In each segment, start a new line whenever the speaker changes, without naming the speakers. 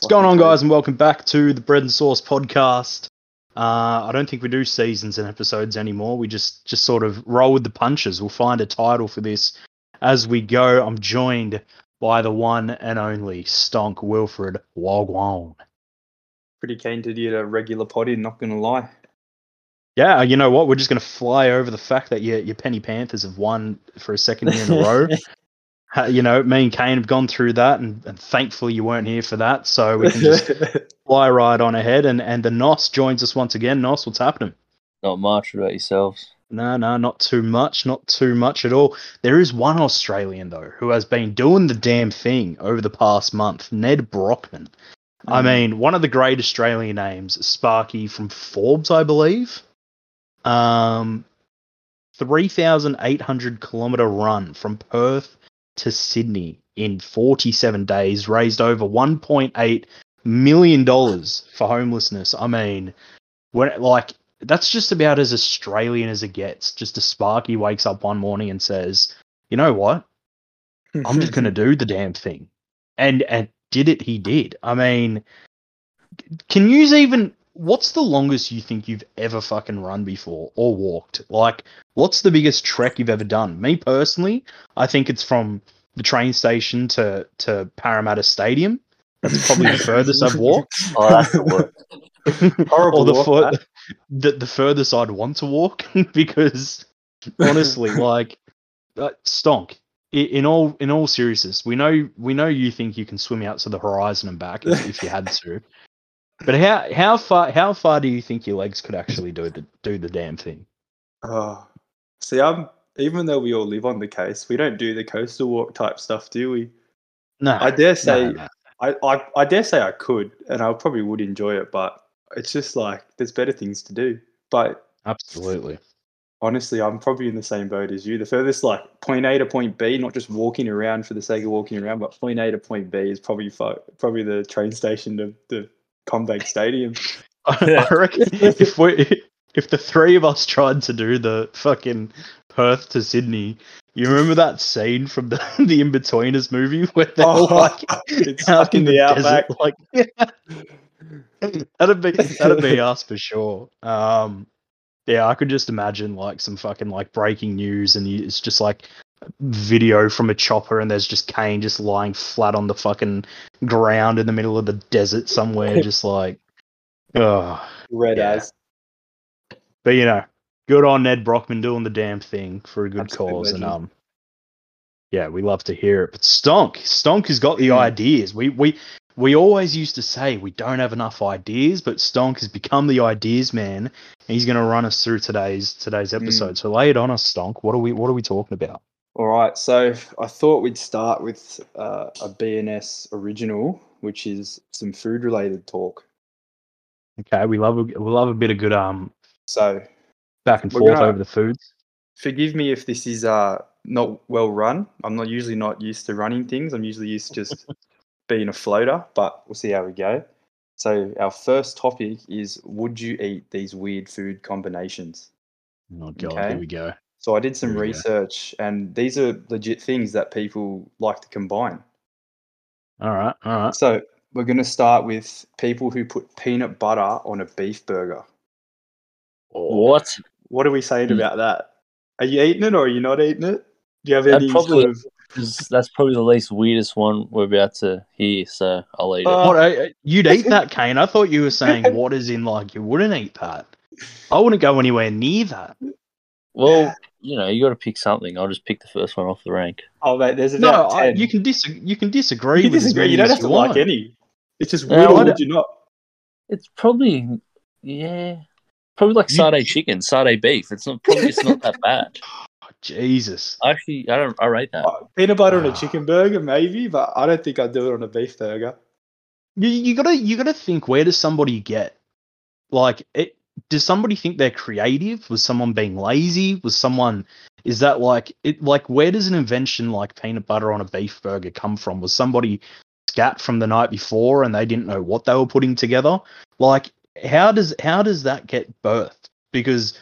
What's going on, guys, and welcome back to the Bread and Sauce podcast. Uh, I don't think we do seasons and episodes anymore. We just just sort of roll with the punches. We'll find a title for this as we go. I'm joined by the one and only Stonk Wilfred Wagwan.
Pretty keen to get a regular pod in, not gonna lie.
Yeah, you know what? We're just going to fly over the fact that your your Penny Panthers have won for a second year in a row. Uh, You know, me and Kane have gone through that, and, and thankfully you weren't here for that, so we can just fly right on ahead. And and the Nos joins us once again. Nos, what's happening?
Not much about yourselves.
No, no, not too much, not too much at all. There is one Australian though who has been doing the damn thing over the past month. Ned Brockman. I
Mm.
mean, one of the great Australian names, Sparky from Forbes, I believe. Um, three thousand eight hundred kilometer run from Perth to Sydney in forty-seven days, raised over one point eight million dollars for homelessness. I mean, when like that's just about as Australian as it gets. Just a Sparky wakes up one morning and says, "You know what? I'm just going to do the damn thing," and and did it. He did. I mean, c- can you even? What's the longest you think you've ever fucking run before or walked? Like, what's the biggest trek you've ever done? Me personally, I think it's from the train station to to Parramatta Stadium. That's probably the furthest I've walked
Oh, that's the worst.
Horrible
or the
walk,
fur- the, the furthest I'd want to walk because honestly, like uh, stonk. i- In all in all seriousness, we know we know you think you can swim out to the horizon and back if, if you had to, but how how far how far do you think your legs could actually do the do the damn thing?
Oh. See, I'm even though we all live on the coast, we don't do the coastal walk type stuff, do we?
No,
I dare
no,
say,
no.
I, I, I dare say I could, and I probably would enjoy it, but it's just like there's better things to do. But
absolutely.
honestly, I'm probably in the same boat as you. The furthest, like point A to point B, not just walking around for the sake of walking around, but point A to point B is probably fo- probably the train station to the Combank Stadium.
I reckon if we if the three of us tried to do the fucking Perth to Sydney, you remember that scene from the the Inbetweeners movie where they're
Oh,
like
it's
out
stuck in
in
the, outback.
desert, like that'd be that'd be us for sure. Um, yeah, I could just imagine like some fucking like breaking news, and you, it's just like video from a chopper, and there's just Kane just lying flat on the fucking ground in the middle of the desert somewhere, just like, oh.
Red
Yeah.
as
But you know, good on Ned Brockman doing the damn thing for a good
Absolute
cause, and
legend.
um, yeah, we love to hear it. But Stonk, Stonk has got the
Mm.
ideas. We we we always used to say we don't have enough ideas, but Stonk has become the ideas man, and he's going to run us through today's
Mm.
today's episode. So lay it on us, Stonk. What are we what are we talking about?
All right, so I thought we'd start with uh, a BNS original, which is some food-related talk.
Okay, we love a, we love a bit of good um
So
back and
We're
forth
gonna-
over the foods.
forgive me if this is uh, not well run. I'm not usually not used to running things. I'm usually used to just being a floater, but we'll see how we go. So our first topic is: Would you eat these weird food combinations?
Oh god,
Okay.
here we go.
So I did some
Here we go.
research, and these are legit things that people like to combine.
All right, all right.
So we're going to start with people who put peanut butter on a beef burger.
What?
What are we saying
Hmm.
Mm.
about that? Are you eating it or are you not eating it? Do you have
Uh,
I'd
any
probably-
sort of?
'Cause That's probably the least weirdest one we're about to hear, so I'll eat it.
Uh,
What, uh, you'd eat that, Kane. I thought you were saying what is in like you wouldn't eat that. I wouldn't go anywhere near that.
well, you know, you got to pick something. I'll just pick the first one off the rank.
Oh mate, there's
No,
about
I,
ten.
you can dis- you can disagree.
You
with as
disagree.
many
You don't
as
have to
want.
like any. It's just
No,
would
I
or
don't-
would you not?
It's probably, yeah, probably like
You-
sardine chicken, sardine beef. It's not probably it's not that bad.
Oh, Jesus.
Actually, I don't. I rate that.
Uh, Peanut butter on a
Ah.
chicken burger, maybe, but I don't think I'd do it on a beef burger.
You, you gotta you gotta think where does somebody get like it does somebody think they're creative? Was someone being lazy? Was someone is that like it like where does an invention like peanut butter on a beef burger come from? Was somebody scat from the night before and they didn't know what they were putting together? Like how does how does that get birthed? Because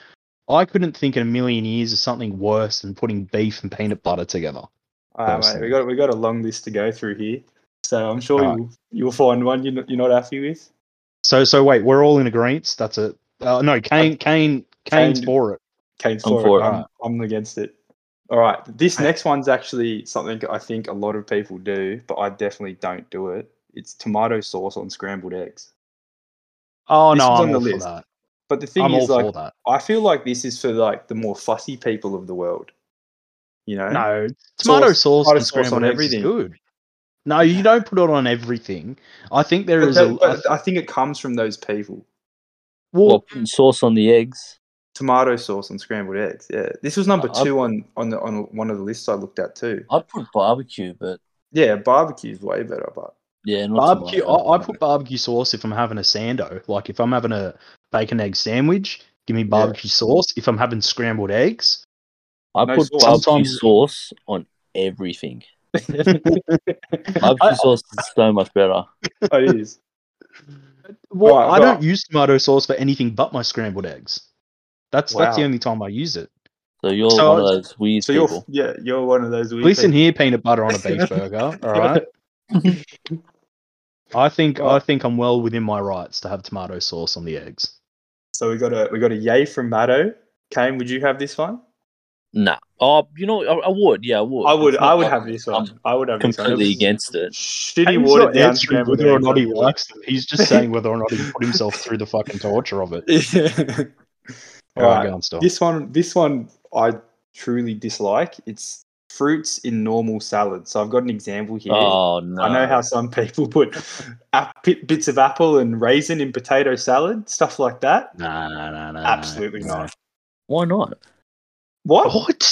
I couldn't think in a million years of something worse than putting beef and peanut butter together.
All right, mate,
Personally.
we got we got a long list to go through here. So I'm sure
Alright.
you'll, you'll find one you're not, you're not happy with.
So so wait, we're all in agreement. That's it. Uh, no, Kane Kane Kane's
Kane-
for it.
Kane's
I'm
for,
for
it.
it.
I'm, I'm against it. All right. This next one's actually something I think a lot of people do, but I definitely don't do it. It's tomato sauce on scrambled eggs.
Oh
This
no,
was
I'm
on the
all for
list.
that.
But the thing
I'm all
is, like,
for that.
I feel like this is for like the more fussy people of the world. You know?
No, tomato sauce,
tomato
and
sauce
scrambled
on
on everything.
everything.
good. No, you don't put it on everything. I think there
But,
is
that-
a I
but I think it comes from those people.
well,
Well, putting sauce on the eggs.
Tomato sauce on scrambled eggs. Yeah, this was number
Uh,
I-
two on on the on one of the lists I looked at too.
I'd put barbecue, but
Yeah, barbecue's way better, but
yeah, not
barbecue.
tomato.
I, I put barbecue sauce if I'm having a sando. Like if I'm having a bacon egg sandwich, give me barbecue sauce. If I'm having scrambled eggs,
I
no
put
sauce.
barbecue
Sometimes-
sauce on everything. Barbecue
I-
sauce is so much better.
oh, it is.
well,
Right,
I
right.
don't use tomato sauce for anything but my scrambled eggs. That's that's the
Wow.
only time I use it.
So you're
So
one of
I-
those weird
So you're
people.
yeah, you're one of those. Weird
Listen
people.
here, peanut butter on a beef burger. All right. I think I
Right.
think I'm well within my rights to have tomato sauce on the eggs.
So we got a we got a yay from Matto. Kane, would you have this one?
Nah. Oh, you know, I, I would. Yeah, I would.
I would.
It's not
I would
like
have this one. I would have
I'm
this one.
completely
This is
against it.
He's
Shitty
not
watered down
answering
scrambled
whether or
eggs.
not he likes them. He's just saying whether or not he put himself through the fucking torture of it.
All
All right,
right.
go on, still.
This one, this one, I truly dislike. It's fruits in normal salad. So I've got an example here.
Oh no.
I know how some people put ap- bit- bits of apple and raisin in potato salad, stuff like that.
Nah, nah, nah, nah.
Absolutely
nah.
not.
Why not? Oh,
What?
Oh, What?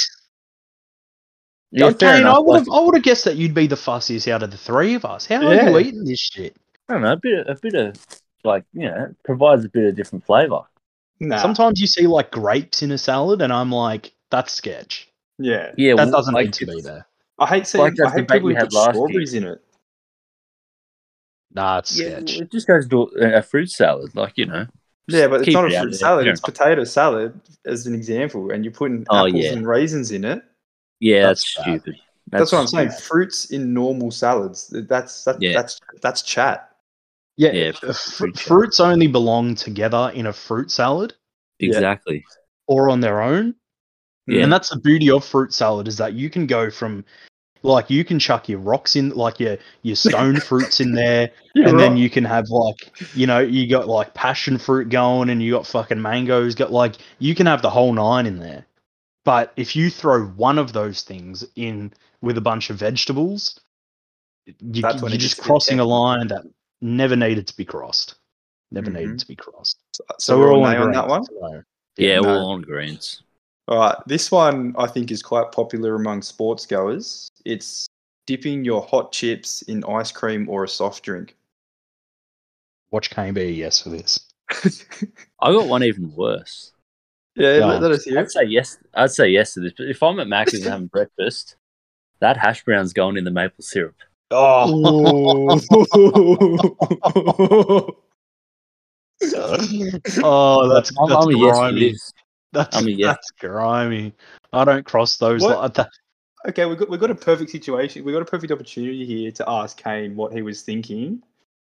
Yeah,
Oh,
fair
Kane, I
enough.
would have
Like,
I would have guessed that you'd be the fussiest out of the three of us. How
Yeah.
are you eating this shit?
I don't know. A bit. A bit of like you know, it provides a bit of different flavor.
Nah.
Sometimes you see like grapes in a salad, and I'm like, that's sketch.
yeah.
Yeah,
That
well,
doesn't
like,
need to be
it's-
there.
I hate seeing.
Like that
I hate
debate
people
we
who
had
put
last year.
strawberries in it.
Nah, it's
Yeah,
sketch.
well, it just goes to a, a fruit salad, like you know.
Yeah, but it's
Keep
not
it
a
out
fruit
there.
salad.
Fair
It's potato salad, as an example, and you're putting
Oh,
apples
yeah.
and raisins in it.
Yeah,
That's
that's,
bad.
stupid.
That's, what I'm saying.
stupid.
Fruits in normal salads. That's that,
Yeah.
that's that's chat.
Yeah, uh,
Yeah,
fr-
fruit salad.
fruits only belong together in a fruit salad
Yeah.
Exactly.
or on their own.
Yeah.
And that's the beauty of fruit salad is that you can go from like you can chuck your rocks in like your your stone fruits in there and then you can have like you know you got like passion fruit going and you got fucking mangoes got like you can have the whole nine in there but if you throw one of those things in with a bunch of vegetables you,
That's when
you're
it gets a
just
bit
crossing a
technical.
line that never needed to be crossed never
Mhm.
needed to be crossed
so, we're all nay on
agreement
that one.
tonight.
yeah,
no.
we're all on greens.
All right, this one I think is quite popular among sports goers. It's dipping your hot chips in ice cream or a soft drink.
watch Kane be a yes for this
I got one even worse.
Yeah,
Yeah.
let, let us hear
I'd
it.
say yes. I'd say yes to this. But if I'm at Macca's having breakfast, that hash brown's going in the maple syrup.
Oh.
oh that's
I'm,
that's
I'm a yes to
grimy
this.
that's,
I'm a yes.
that's grimy I don't cross those
What?
like that
okay, we've got, we've got a perfect situation. We've got a perfect opportunity here to ask Kane what he was thinking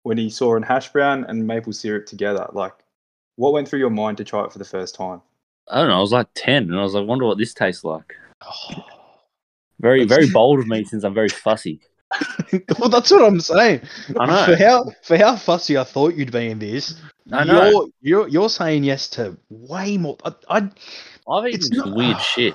when he saw an hash brown and maple syrup together. Like, what went through your mind to try it for the first time?
I don't know. I was like ten, and I was like, wonder what this tastes like. Very, very bold of me since I'm very fussy.
well, that's what I'm saying.
I know.
For how for how fussy I thought you'd be in this,
I know.
You're, you're you're saying yes to way more. I I
I've eaten
It's
some
not-
weird shit.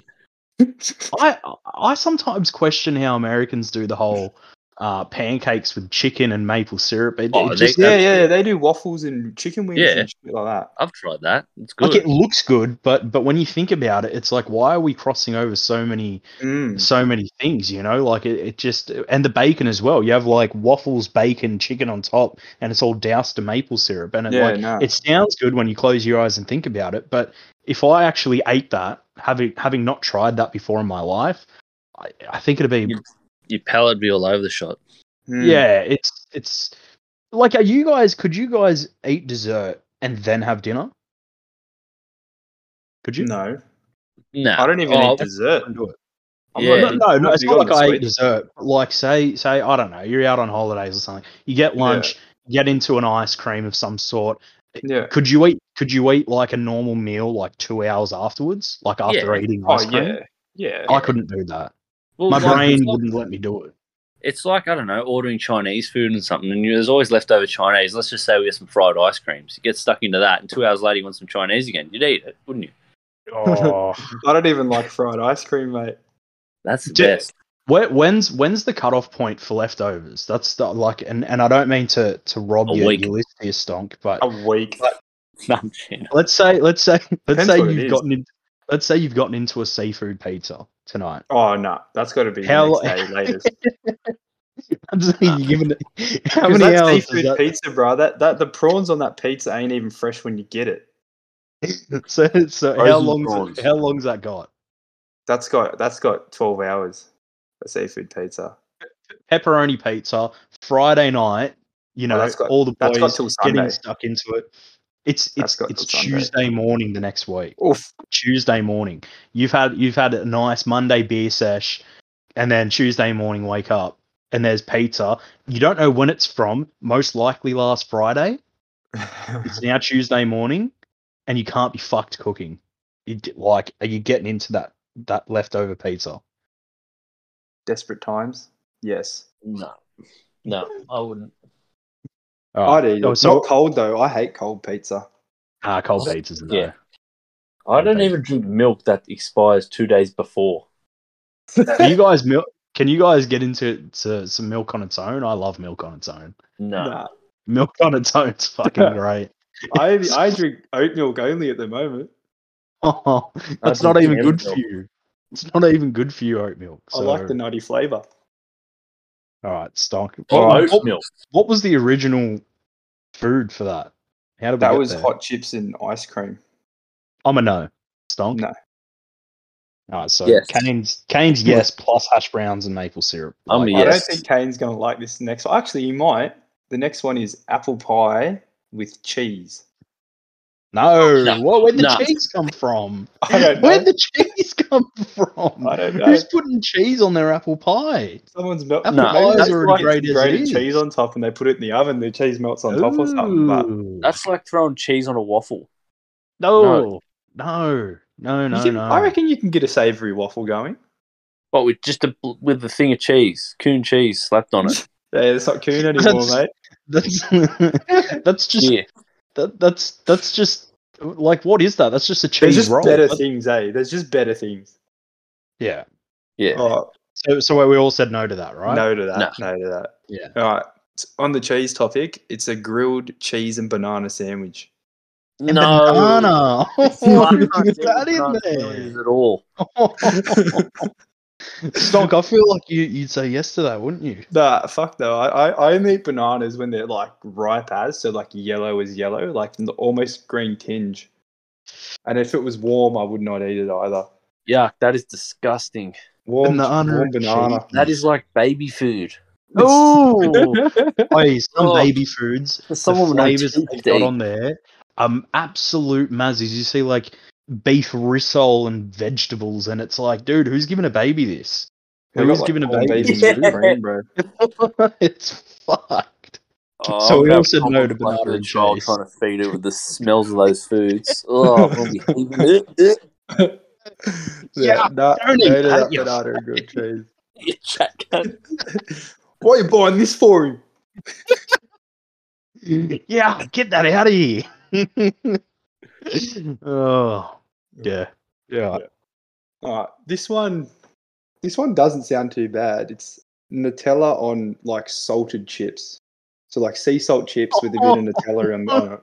I, I sometimes question how Americans do the whole uh, pancakes with chicken and maple syrup. It,
Oh,
it
they-
just,
yeah,
That's
yeah,
good.
yeah, they do waffles and chicken wings
Yeah.
and shit like that.
I've tried that. It's good.
like it looks good, but but when you think about it, it's like why are we crossing over so many
Mm.
so many things? You know, like it, it just and the bacon as well. You have like waffles, bacon, chicken on top, and it's all doused in maple syrup, and it
Yeah,
like
no.
it sounds good when you close your eyes and think about it, but if I actually ate that, having having not tried that before in my life, I, I think it'd be
You- Your palate be all over the shop.
Mm.
yeah, it's it's like are you guys could you guys eat dessert and then have dinner? Could you
No,
No,
I don't even
Oh,
eat dessert.
do it?
I'm
Yeah.
not-
no, no, no, it's
You
not like
got
I
the
eat dessert. Like say, say I don't know, you're out on holidays or something. You get
Yeah.
lunch, you get into an ice cream of some sort.
Yeah.
Could you eat? Could you eat like a normal meal like two hours afterwards? Like after
Yeah.
eating
Oh
ice cream,
yeah. Yeah.
I couldn't do that.
Well,
My
like-
brain
it's like-
wouldn't let me do it.
It's like I don't know, ordering Chinese food and something, and you, there's always leftover Chinese. Let's just say we get some fried ice creams. You get stuck into that, and two hours later you want some Chinese again. You'd eat it, wouldn't you?
Oh.
I don't even like fried ice cream, mate.
That's the
Yeah.
best.
Where, when's when's the cutoff point for leftovers? That's the, like, and, and I don't mean to to rob
A
your,
week.
your list here, Stonk, but
A week.
No, I'm kidding.
let's say let's say let's
Depends
say
what it
you've
is.
gotten in, let's say you've gotten into a seafood pizza tonight.
Oh no, that's got to be
How
the
lo-
next day latest.
I'm just thinking, you're giving it, how
'Cause
many
that
hours?
seafood
Is
pizza, bro. That that the prawns on that pizza ain't even fresh when you get it.
that, so so how
Frozen
long's
prawns.
it, how long's that got?
That's got that's got twelve hours. A seafood pizza.
Pepperoni pizza Friday night. You know,
that's got-
all the
That's
boys
got till
getting
Sunday.
stuck into it. It's
That's
it's
got
it's
till Sunday.
Tuesday morning the next week.
Oof.
Tuesday morning. You've had you've had a nice Monday beer sesh, and then Tuesday morning wake up and there's pizza. You don't know when it's from. Most likely last Friday. It's now Tuesday morning, and you can't be fucked cooking. You d- like are you getting into that that leftover pizza?
Desperate times. Yes.
No, no, I wouldn't.
Alright.
I'd eat
Oh,
it.
so
Not cold though. I hate cold pizza.
ah, cold pizzas. No.
Yeah. I don't
Okay.
even drink milk that expires two days before.
Can you guys milk? Can you guys get into to some milk on its own? I love milk on its own.
No,
Nah.
Milk on its own is fucking great.
I I drink oat milk only at the moment.
Oh, that's
doesn't
not even
care
good
about
for you. It's not even good for you, oat milk.
I like the nutty flavour.
All right, stonk. What,
Oh,
what-
oat milk.
what was the original food for that? How did we
That
get
was
there?
hot chips and ice cream.
I'm a no. Stonk.
No.
All right, so
Yes.
Cane's Cane's yes plus hash browns and maple syrup.
I'm a
Like,
I don't
Yes.
think Kane's gonna like this next one. Actually, he might. The next one is apple pie with cheese.
No.
No.
What? Where'd the
No.
cheese come from?
I don't know.
Where'd the cheese come from?
I don't know.
Who's putting cheese on their apple pie?
Someone's melt-
Apple
No,
pie
that's
is already
like
grated, as it
grated
is.
cheese on top, and they put it in the oven. The cheese melts on top or something. But
Ooh.
That's like throwing cheese on a waffle.
No, no, no, no,
You can-
no.
I reckon you can get a savoury waffle going.
But with just a, with the thing of cheese, coon cheese slapped on it.
Yeah, it's not coon anymore,
That's-
mate.
that's that's just
yeah,
that, that's that's just like what is that? That's just a
There's
cheese
just
roll.
better
That's-
things, eh? There's just better things.
yeah.
yeah.
Oh,
So so we all said no to that, right?
No to that. No. to that.
Yeah.
All right. s- On the cheese topic, it's a grilled cheese and banana sandwich.
And
no,
Banana. Oh,
I can't
look at
do it. I
that
can't do
in
it at all.
there. Stonk, I feel like you you'd say yes to that, wouldn't you?
Nah, fuck though. I, I, I only eat bananas when they're like ripe as, so like yellow is yellow, like n- almost green tinge. And if it was warm, I would not eat it either.
Yuck, that is disgusting.
Warm,
Banana
warm
and
banana.
That is like baby food.
Oh, hey, some
Oh.
baby foods
For someone
the
with no
flavors that they've
teeth to
got
eat.
on there, um, absolute mazzies. You see like beef rissole and vegetables, and it's like, dude, who's giving a baby this?
We
Who's
got, like,
giving a
corned
baby?
beef and
Yeah.
cream, bro.
this? it's fucked.
Oh,
So
I'm
we
gonna
all said
pop
no
up
to
like
banana
a
and
child
cheese.
trying to feed it with the smells of those foods. Oh, I'm gonna be heaving it. it.
Yeah,
no,
don't eat
no to
that,
that
you
banana and grilled cheese.
You jack-
What are you buying this for him?
yeah, get that out of here. oh, yeah, yeah.
All right, this one, this one doesn't sound too bad. It's Nutella on like salted chips, so like sea salt chips with a bit of Nutella uh, on, on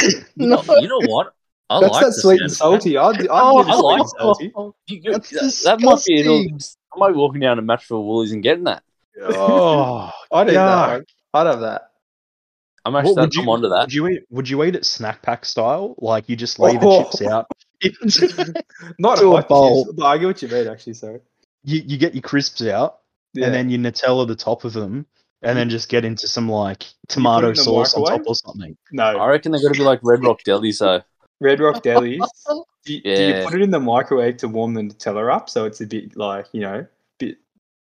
it.
No,
You know what? I
That's
like
that
the
sweet and
sound of that.
salty. I'd, I'd
Oh,
give it
I
sweet
like
and salty.
You- you-
That's
that, that might be an
disgusting.
I might be walking down to Matchville Woolies and getting that.
Oh,
I'd eat
yuck.
that. mate. I'd have that.
I'm
What
actually
would
I'm
you-
onto that.
Would you eat? Would you eat it snack pack style? Like you just lay the chips out.
Not
To a
a hot
bowl.
bowl. But I get what you mean, actually. So
You you get your crisps out,
yeah,
and then you Nutella the top of them, and then just get into some like tomato
in the
sauce on top
microwave?
or something.
I
no
reckon they're gonna be like Red Rock Deli, so
Red Rock Deli. Do, you- do
Yeah.
you put it in the microwave to warm the Nutella up so it's a bit like you know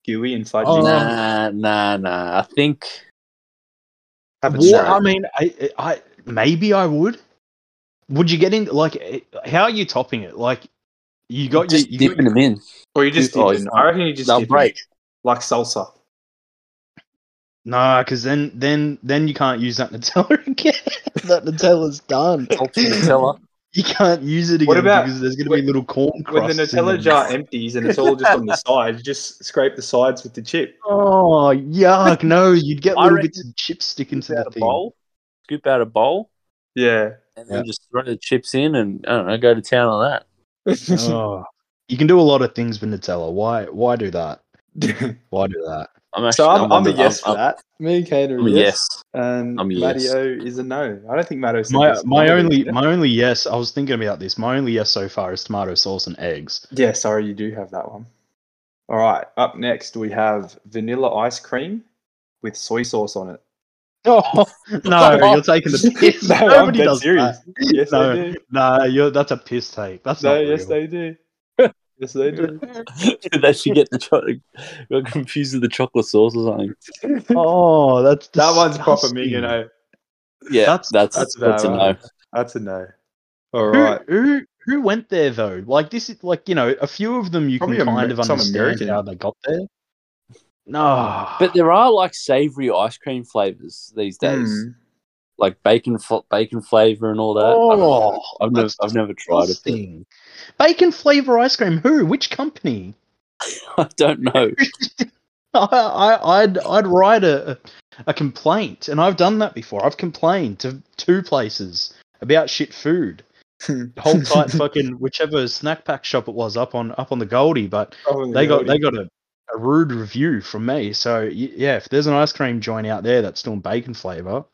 gooey and fudgy?
Oh.
Nah, nah, nah. I think
Have it
Well,
straight.
I mean, I, I maybe I would. Would you get in like eh, how are you topping it? Like you got
just
your, you got
dipping them in.
or you just dip
Oh,
it in.
it's-
I reckon you just
They'll
dip it in,
break.
like salsa.
Nah, because then then then you can't use that Nutella again. that Nutella's done.
Salty Nutella.
You can't use it again
What about-
because there's gonna be
when-
little corn
When the
crusts. in
Nutella
them.
jar empties and it's all just on the side, you just scrape the sides with the chip.
Oh yuck! No, you'd get
I
little
reckon-
bits of chips sticking to
Scoop out
that
a
thing.
bowl. Scoop out a bowl,
Yeah.
and then just throw the chips in, and I don't know, go to town on that.
Oh. You can do a lot of things with Nutella. Why? Why do that? Why do that?
I'm actually,
so I'm, I'm a
wondering-
yes for
I'm-
that. Me and Kane are
I'm a yes.
And
I'm a yes.
Um, Mario is a no. I don't think Mario said
Um, My
yes.
my
Yeah.
only my only yes. I was thinking about this. My only yes so far is tomato sauce and eggs.
Yeah, sorry, you do have that one. All right, up next we have vanilla ice cream with soy sauce on it.
Oh no! You're taking the piss.
No, I'm
Nobody
dead
does
serious.
that.
Yes,
No.
they do.
No, you're, that's a piss take. That's
No,
not
yes,
real.
they do. Yes, they do.
that should get the chocolate. Got confused with the chocolate sauce or something.
Oh, that's
that one's proper me,
disgusting.
you know.
Yeah,
That's-
that's that's,
that's
a
about
no.
right. That's a no. All
Who,
right.
who who went there though? Like this is like you know a few of them you
Probably
can
Amer-
kind of
some
understand
American.
how they got there. No,
But there are like savory ice cream flavors these days,
Mm.
like bacon fl- bacon flavor and all that. I don't know.
oh,
I've never
that's
I've never tried it. but
disgusting. Bacon flavor ice cream. Who? Which company?
I don't know.
I, I I'd I'd write a a complaint, and I've done that before. I've complained to two places about shit food.
Hmm.
Hold tight, fucking whichever snack pack shop it was up on up on the Goldie, but
Probably
they got
already-
they got a, a rude review from me. So y- yeah, if there's an ice cream joint out there that's doing bacon flavor,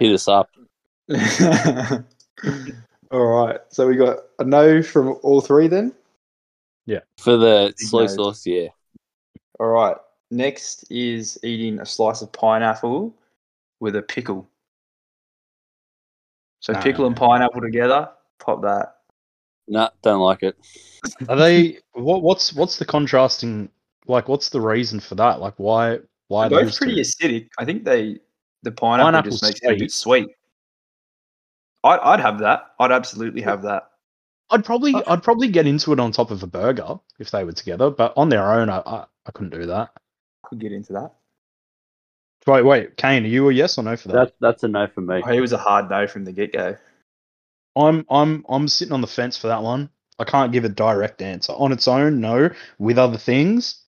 Hit us up.
all right. So we got a no from all three then.
For the slow
knows.
sauce, yeah.
All right. Next is eating a slice of pineapple with a pickle. So
No.
pickle and pineapple together, pop that.
Nah, don't like it.
are they what what's what's the contrasting like? What's the reason for that? Like why why
Both
those
pretty
two?
acidic. I think they the pineapple
Pineapple's
just makes it a bit sweet. I'd, I'd have that. I'd absolutely have that.
I'd probably
Okay.
I'd probably get into it on top of a burger if they were together, but on their own, I I, I couldn't do that.
Could get into that.
Wait, wait, Kane, are you a yes or no for that?
That's that's a no for me.
Oh, it was a hard no from the get go.
I'm I'm I'm sitting on the fence for that one. I can't give a direct answer on its own. No, with other things,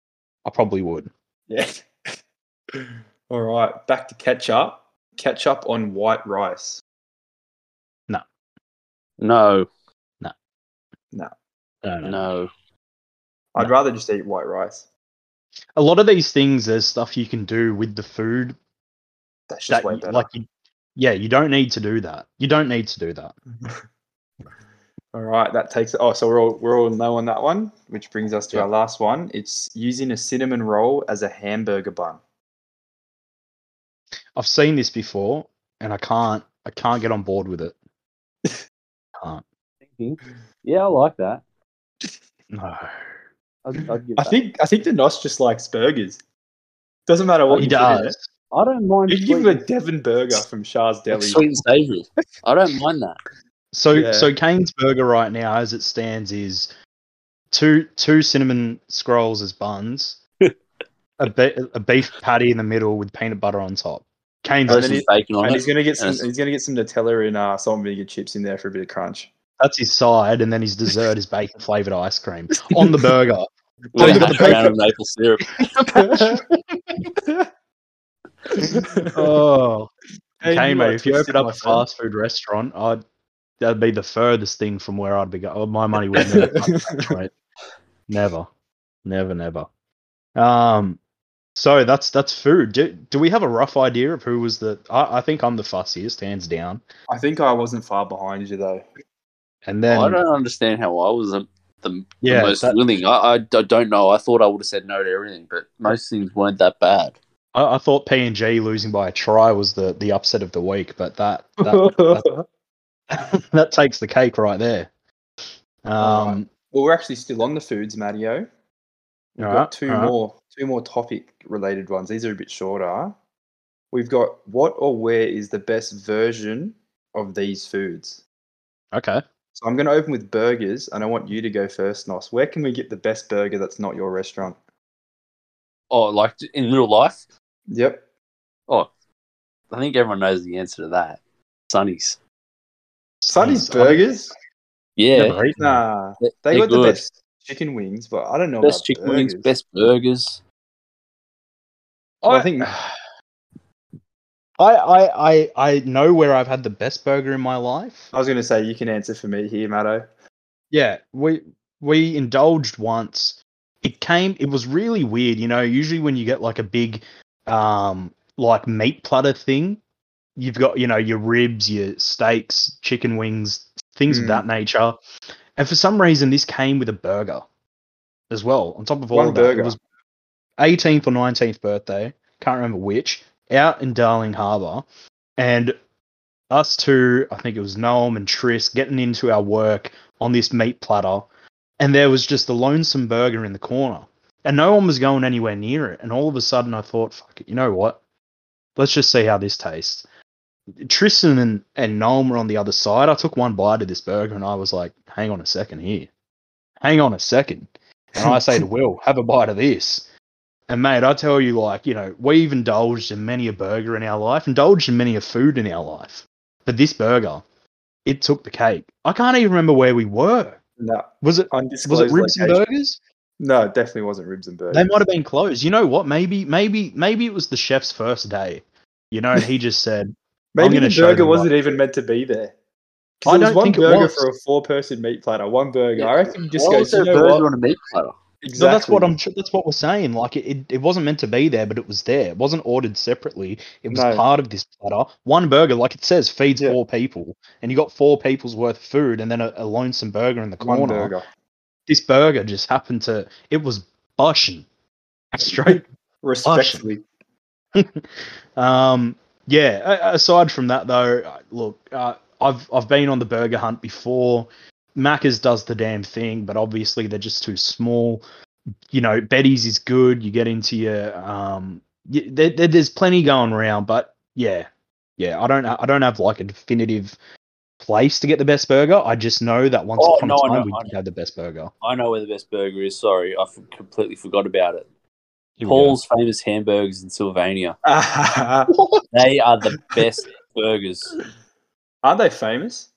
I probably would.
Yeah. All right. Back to ketchup. Ketchup on white rice.
No,
No, no,
no.
I'd rather just eat white rice.
a lot of these things there's stuff you can do with the food
That's just
that
way
you-
better.
like you, yeah you don't need to do that you don't need to do that
All right, that takes. Oh, so we're all we're all no on that one, which brings us to our last one. It's using a cinnamon roll as a hamburger bun.
i've seen this before and i can't i can't get on board with it can't
Yeah, I like that.
no
I'd, I'd give
I
that.
think I think the Nos just likes burgers. Doesn't matter what
he
you put in it.
does
I don't mind.
You
sweet-
give him a Devon burger from Shah's Deli.
sweet and savory. I don't mind that.
so
Yeah.
so kane's burger right now as it stands is two two cinnamon scrolls as buns a, be- a beef patty in the middle with peanut butter on top kane's
Throw
And then
some
he-
bacon on
And
it.
he's gonna get some.
Yes.
He's gonna get some Nutella and uh, salt and vinegar chips in there for a bit of crunch.
that's his side and then his dessert is bacon flavored ice cream on the burger
With
Oh,
a
you got
hash
the bacon.
brown and maple syrup.
oh
Hey,
Kane,
you
mate,
are
if you opened
twisted,
up
my
a
friend.
fast food restaurant, I'd that'd be the furthest thing from where I'd be going. Oh, my money would never touch that joint. Never, never, never. Um, so that's that's food. Do, do we have a rough idea of who was the? I, I think I'm the fussiest, hands down.
I think I wasn't far behind you though.
And then
I don't understand how I was the, the
yeah,
most
that-
willing. I, I d- don't know. I thought I would have said no to everything, but most things weren't that bad.
I, I thought P and G losing by a try was the the upset of the week, but that that, that takes the cake right there. Um,
Well, we're actually still on the foods, Mattio.
All
We've got
right,
two
all right.
more two more topic related ones. These are a bit shorter. We've got what or where is the best version of these foods?
Okay.
So I'm going to open with burgers, and I want you to go first, Nos. Where can we get the best burger that's not your restaurant?
Oh, like in real life?
Yep.
I think everyone knows the answer to that. Sonny's.
Sonny's
Sonny's-
Burgers?
Yeah.
Never eaten them.
Nah,
they-
they
they're
got the
good.
best chicken wings, but I don't know
Best
about
chicken
burgers.
wings, best burgers.
Well, I think
I, I, I, I know where I've had the best burger in my life.
I was going to say you can answer for me here, Matto.
Yeah, we we indulged once. It came. It was really weird. You know, usually when you get like a big, um, like meat platter thing, you've got you know your ribs, your steaks, chicken wings, things
Mm.
of that nature. And for some reason, this came with a burger as well. On top of all
One
of that,
burger.
it was 18th or 19th birthday. Can't remember which. Out in Darling Harbour, and us two, I think it was Noam and Tris, getting into our work on this meat platter, and there was just the lonesome burger in the corner, and no one was going anywhere near it. And all of a sudden, I thought, "Fuck it, you know what? Let's just see how this tastes." Tristan and and Noam were on the other side. I took one bite of this burger, and I was like, "Hang on a second here, hang on a second. And I say to Will, "Have a bite of this." And mate, I tell you, like, you know, we've indulged in many a burger in our life, indulged in many a food in our life. But this burger, it took the cake. I can't even remember where we were.
No,
Was it was
undisclosed
it ribs and
location.
burgers?
No, it definitely wasn't ribs and burgers.
They might have been closed. You know what? Maybe maybe maybe it was the chef's first day. You know, and he just said, I'm
Maybe
gonna
the
show
burger
them
wasn't even meant to be there. 'Cause
I
there was
don't
one
think it
burger
was.
for a four-person meat platter. One burger. I reckon you just
Why
go.
was
"You
there a
know
burger
what?
on a meat platter?
So
Exactly.
that's what I'm. tr- That's what we're saying. Like it, it, it wasn't meant to be there, but it was there. It wasn't ordered separately. It was
No.
part of this platter. One burger, like it says, feeds
Yeah.
four people, and you got four people's worth of food, and then a, a lonesome burger in the
One
corner.
burger.
This burger just happened to. It was bushing straight.
Respectfully.
um. Yeah. a- Aside from that, though, uh, look, uh, I've I've been on the burger hunt before. Macca's does the damn thing, but obviously they're just too small. You know, Betty's is good. You get into your um, y there, there, there's plenty going around, but yeah, yeah, I don't I don't have like a definitive place to get the best burger. I just know that once
Oh,
upon
no, I
a time
know,
we
I
did have the best burger.
I know where the best burger is. Sorry, I f- completely forgot about it.
Here we go.
Paul's famous hamburgers in Sylvania.
Aren't
They are the best burgers.
they famous?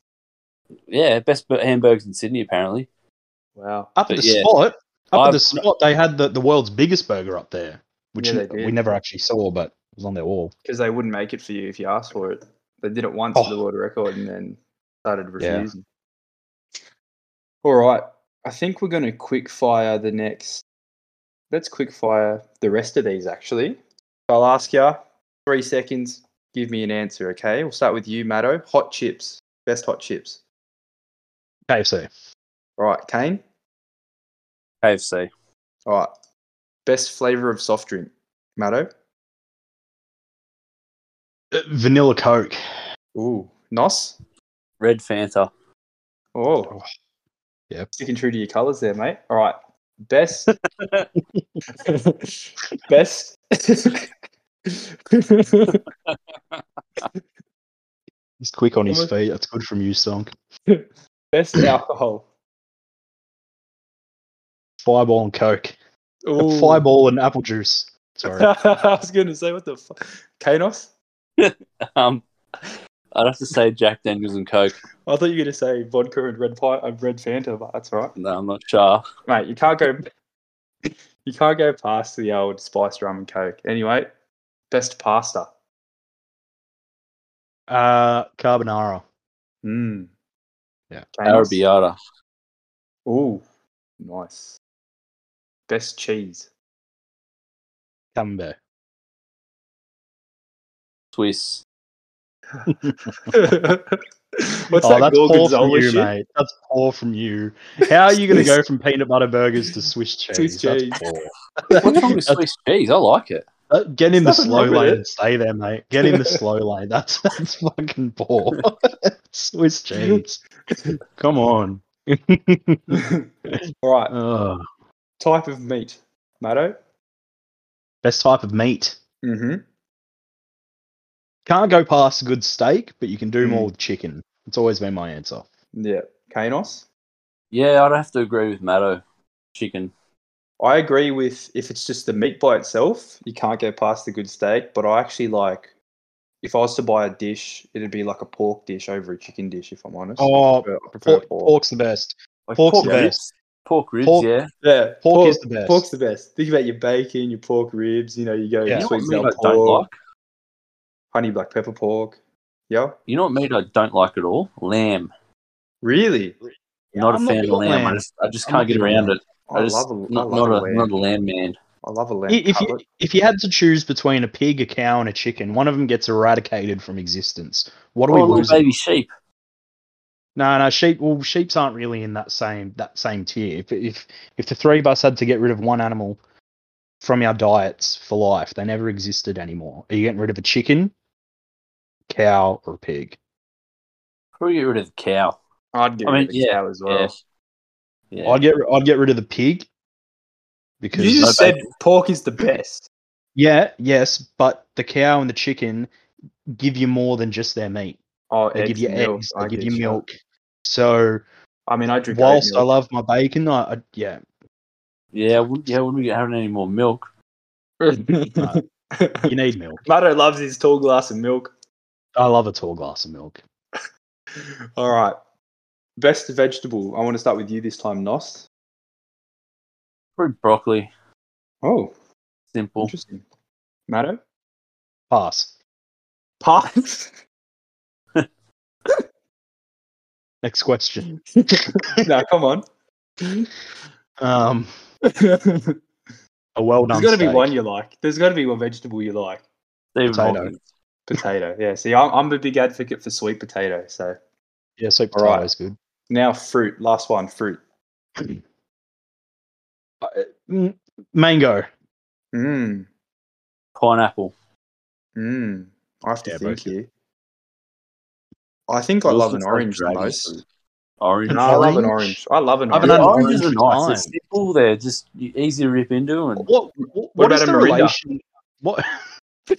Yeah, best bur- hamburgers in Sydney apparently.
Wow.
up at
But
the
yeah.
spot, up at
I've-
the spot, they had the, the world's biggest burger up there, which
Yeah,
n-
they did.
we never actually saw, but it was on their wall.
Because they wouldn't make it for you if you asked for it. They did it once
Oh.
for the world record and then started
Yeah.
refusing. All right. I think we're going to quick fire the next. Let's quick fire the rest of these, actually. I'll ask you three seconds. Give me an answer, okay? We'll start with you, Matto. Hot chips. Best hot chips.
KFC,
All right, Kane.
KFC.
All right. Best flavor of soft drink, Matto.
Uh, vanilla Coke.
Ooh, Nos.
Red Fanta.
Oh,
Yep.
Sticking true to your colors there, mate. All right. Best. Best.
He's quick on his
Almost-
feet. That's good from you, Song.
Best alcohol.
Fireball and Coke. Uh,
Ooh.
Fireball and apple juice. Sorry.
I was going to say, what the fuck? Kanos?
Um, I'd have to say Jack Daniels and Coke.
I thought you were going to say vodka and red pie, uh, red Fanta, but that's all right.
No, I'm not sure.
Mate, you can't go. You can't go past the old spiced rum and coke. Anyway, best pasta.
Uh, carbonara.
Mm.
Yeah.
Kanos?
Arabiata.
Ooh, nice. Best cheese.
Camembert.
Swiss.
What's
oh, that's poor from
Gorgonzola
you,
shit?
mate. That's poor from you. How are you going to go from peanut butter burgers to Swiss cheese?
Swiss
That's
cheese.
poor.
What's wrong with
That's-
Swiss cheese? I like it.
Uh, Get in the
There's nothing
slow
wrong with
lane
it.
and stay there, mate. Get in the slow lane. That's that's fucking poor. Swiss cheese. Come on.
All right,
Ugh.
Uh, type of meat, Matto?
Best type of meat.
Mm-hmm.
Can't go past a good steak, but you can do
Mm.
more with chicken. It's always been my answer.
Yeah. Kanos?
Yeah, I'd have to agree with Matto. Chicken.
I agree with if it's just the meat by itself, you can't go past the good steak. But I actually like if I was to buy a dish, it'd be like a pork dish over a chicken dish. If I'm honest, I
Oh,
prefer, I prefer
pork,
pork,
pork's the best.
Like
Pork's
the
best.
Pork ribs,
Pork-
yeah.
Yeah, pork,
is the best.
Pork's the best. Think about your bacon, your pork ribs. You know, you
Yeah.
go
You
yeah.
know what
sweet
meat
sour
I don't
pork,
like?
honey black pepper pork. Yeah,
You know what meat I don't like at all? Lamb.
really.
not
I'm
a
not
fan
big
of
on
lamb. I
lamb.
just, I just
I'm
can't
not
get
big on
around
lamb.
it.
I,
I just
love a, I
not,
love
not a,
lamb.
not a lamb man.
I love a lamb.
I- If you
cutlet.
if you had to choose between a pig, a cow, and a chicken, one of them gets eradicated from existence. What are
Or a
we
Oh, little
losing?
baby sheep.
No, no, sheep. Well, sheep's aren't really in that same that same tier. If if if the three of us had to get rid of one animal from our diets for life, they never existed anymore. Are you getting rid of a chicken, cow, or a pig?
Probably get rid of the cow.
I'd get
I
rid
mean,
of a
yeah,
cow as well.
yeah. Yeah.
I'd get I'd get rid of the pig because
You just
No
said pork is the best.
yeah, yes, but the cow and the chicken give you more than just their meat.
Oh,
They give
eggs,
you
milk.
eggs,
I
they give
get
you
you.
milk. So
I mean, I drink. oat
whilst I
milk.
love my bacon, I, I yeah,
yeah, I wouldn't, yeah, I wouldn't be having any more milk.
you need milk.
Matto loves his tall glass of milk.
I love a tall glass of milk.
All right. Best vegetable. I want to start with you this time, Nost.
Probably broccoli.
Oh,
Simple.
interesting. Matto?
Pass.
Pass.
Next question.
no, come on.
Um,
There's
a well done.
got to be
steak.
one you like. There's got to be one vegetable you like.
David
Potato.
Hawkins.
Potato. Yeah. See, I'm, I'm a big advocate for sweet potato. So
Yeah, sweet
All right.
potato is good.
now fruit. Last one, fruit.
Uh, mm, mango.
Mmm.
Pineapple.
Mmm. I have to
Yeah,
think
both good.
here. I think I
Yours
love an
looks like
orange the
dragon
most.
fruit. Orange.
No, I love
orange?
an orange. I love an
I haven't
orange.
Yeah,
had an
oranges
orange in
are nice. They're
time.
simple. They're just e, easy to rip into, and
What? What, what
about
is
a
the
Mirinda?
relation? What?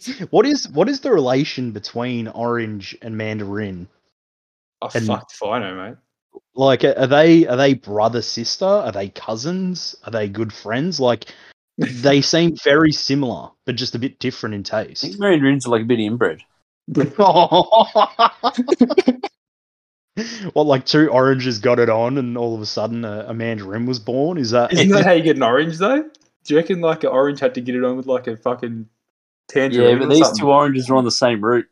what is what is the relation between orange and mandarin?
Oh,
And-
fucked if I know, mate.
Like, are are they are they brother sister? Are they cousins? Are they good friends? Like, they seem very similar, but just a bit different in
I think
taste.
mandarins are like a bit inbred.
what, like two oranges got it on, and all of a sudden a, a mandarin was born? Is that?
Isn't that how you get an orange though? Do you reckon like an orange had to get it on with like a fucking tangerine?
Yeah, but these two oranges are on the same root.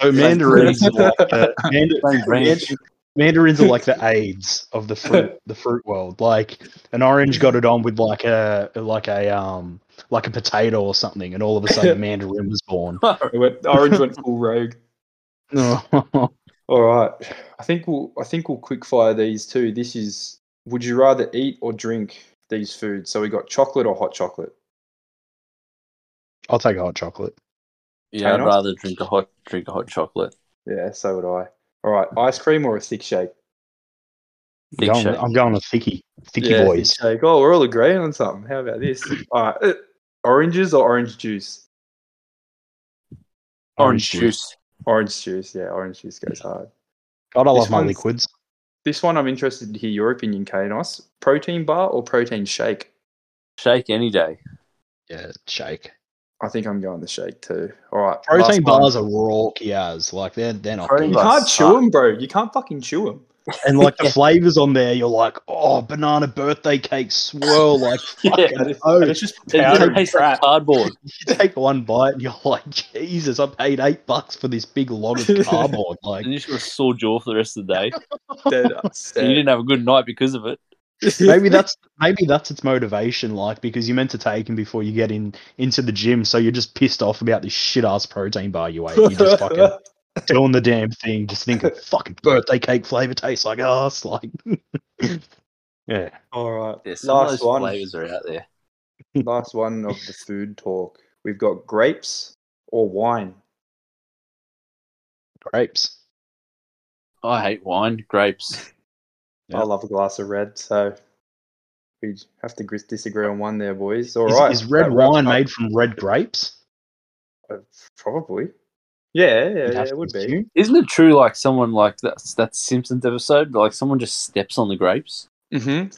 so mandarins are like the, manda-
Same branch.
mand- mandarins are like the AIDS of the fruit the fruit world. Like an orange got it on with like a like a um like a potato or something, and all of a sudden a mandarin was born.
two went, orange went full rogue. All right, I think we'll I think we'll quick fire these two. This is would you rather eat or drink these foods? So we got chocolate or hot chocolate.
I'll take a hot chocolate.
Yeah, I'd
Kanos?
rather drink a hot drink a hot chocolate.
Yeah, so would I. All right, ice cream or a thick shake?
I'm
Big
going,
shake.
I'm going with thicky thicky
Yeah,
boys.
Thick shake. Oh, we're all agreeing on something. How about this? All right, uh, oranges or orange juice?
Orange juice.
Orange juice. Yeah, orange juice goes hard.
God, I
This
love my
one's-
liquids.
This one I'm interested to hear your opinion, Kanos. Protein bar or protein shake?
Shake any day.
Yeah, shake.
I think I'm going the shake too. All right.
Protein
last one.
bars are rocky as like they're they're not.
Protein
good.
You
bars.
can't chew
suck.
them, bro. You can't fucking chew them.
and like the
Yeah.
flavors on there, you're like, oh, banana birthday cake swirl. Like,
Yeah.
fucking
And
oh,
it's just
It
powder and
tastes like
crap.
cardboard.
you take one bite and you're like, Jesus, I paid eight bucks for this big log of cardboard. Like,
And you should have sore jaw for the rest of the day.
Dead
And you didn't have a good night because of it.
maybe that's maybe that's its motivation. Like, because you meant to take them before you get in into the gym, so you're just pissed off about this shit ass protein bar you ate. You're just fucking doing the damn thing, just thinking, fucking birthday cake flavor tastes like ass. Like, yeah.
All right.
Yeah, some of
Last
those
one.
flavors are out there.
Last one of the food talk. We've got grapes or wine.
grapes.
I hate wine, grapes.
Yeah.
I love a glass of red, so We have to gris- disagree on one there, boys. All right.
is, is red
that wraps
wine
up-
made from red grapes?
uh, Probably. Yeah, yeah, yeah,
You'd have to
it would be.
assume.
Isn't it true? Like someone like that's that Simpsons episode, like someone just steps on the grapes.
Mm-hmm.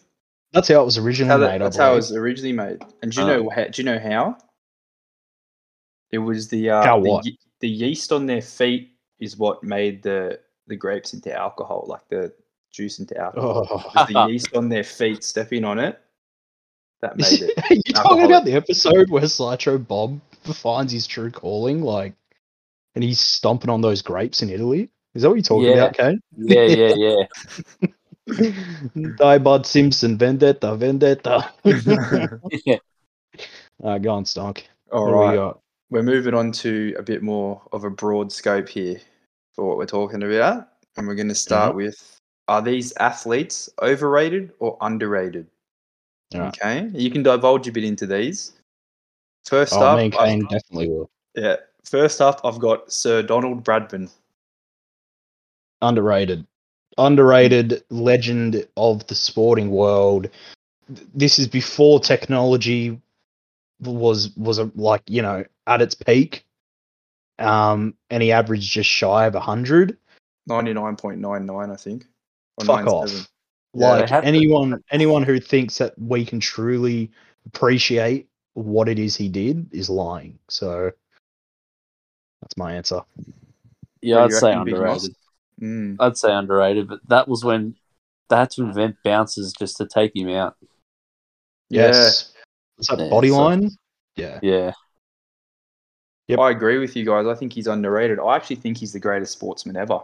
That's how it was originally
How
made.
that,
I
that's how it
believe. Uh.
was originally made. And do you
Oh.
know how, do you know how? It was the uh,
How
the
what?
ye- The, yeast on their feet is what made the the grapes into alcohol, like the juice into alcohol.
Oh.
It was the yeast on their feet stepping on it that
Are
made
you
it.
talking
Alcoholic.
about the episode where Slytro Bob finds his true calling, like, and he's stomping on those grapes in Italy? Is that what you're talking
Yeah.
about, Kane?
Yeah, yeah, yeah.
Die Bud Simpson, vendetta, vendetta.
yeah.
uh, go on, Stonk.
All
What do we
right,
got? Oh,
we're moving on to a bit more of a broad scope here for what we're talking about, and we're going to
Mm-hmm.
start with: Are these athletes overrated or underrated?
All right.
Okay, you can divulge a bit into these. First
Oh,
up,
me and
I've-
Kane definitely will.
yeah. First up, I've got Sir Donald Bradman.
underrated underrated legend of the sporting world Th- this is before technology was was a, like you know at its peak um and he averaged just shy of 100
Ninety-nine point nine nine, I think. or
fuck
97.
off
Yeah, they
like
have to.
anyone anyone who thinks that we can truly appreciate what it is he did is lying so that's my answer
Yeah,
What
I'd
do you
say
reckon, Big Moss?
underrated.
Mm.
I'd say underrated, but that was when they had to invent bouncers just to take him out.
yes is that
Yeah,
body
so-
line yeah
Yeah.
Yep.
I agree with you guys. I think he's underrated. I actually think he's the greatest sportsman ever.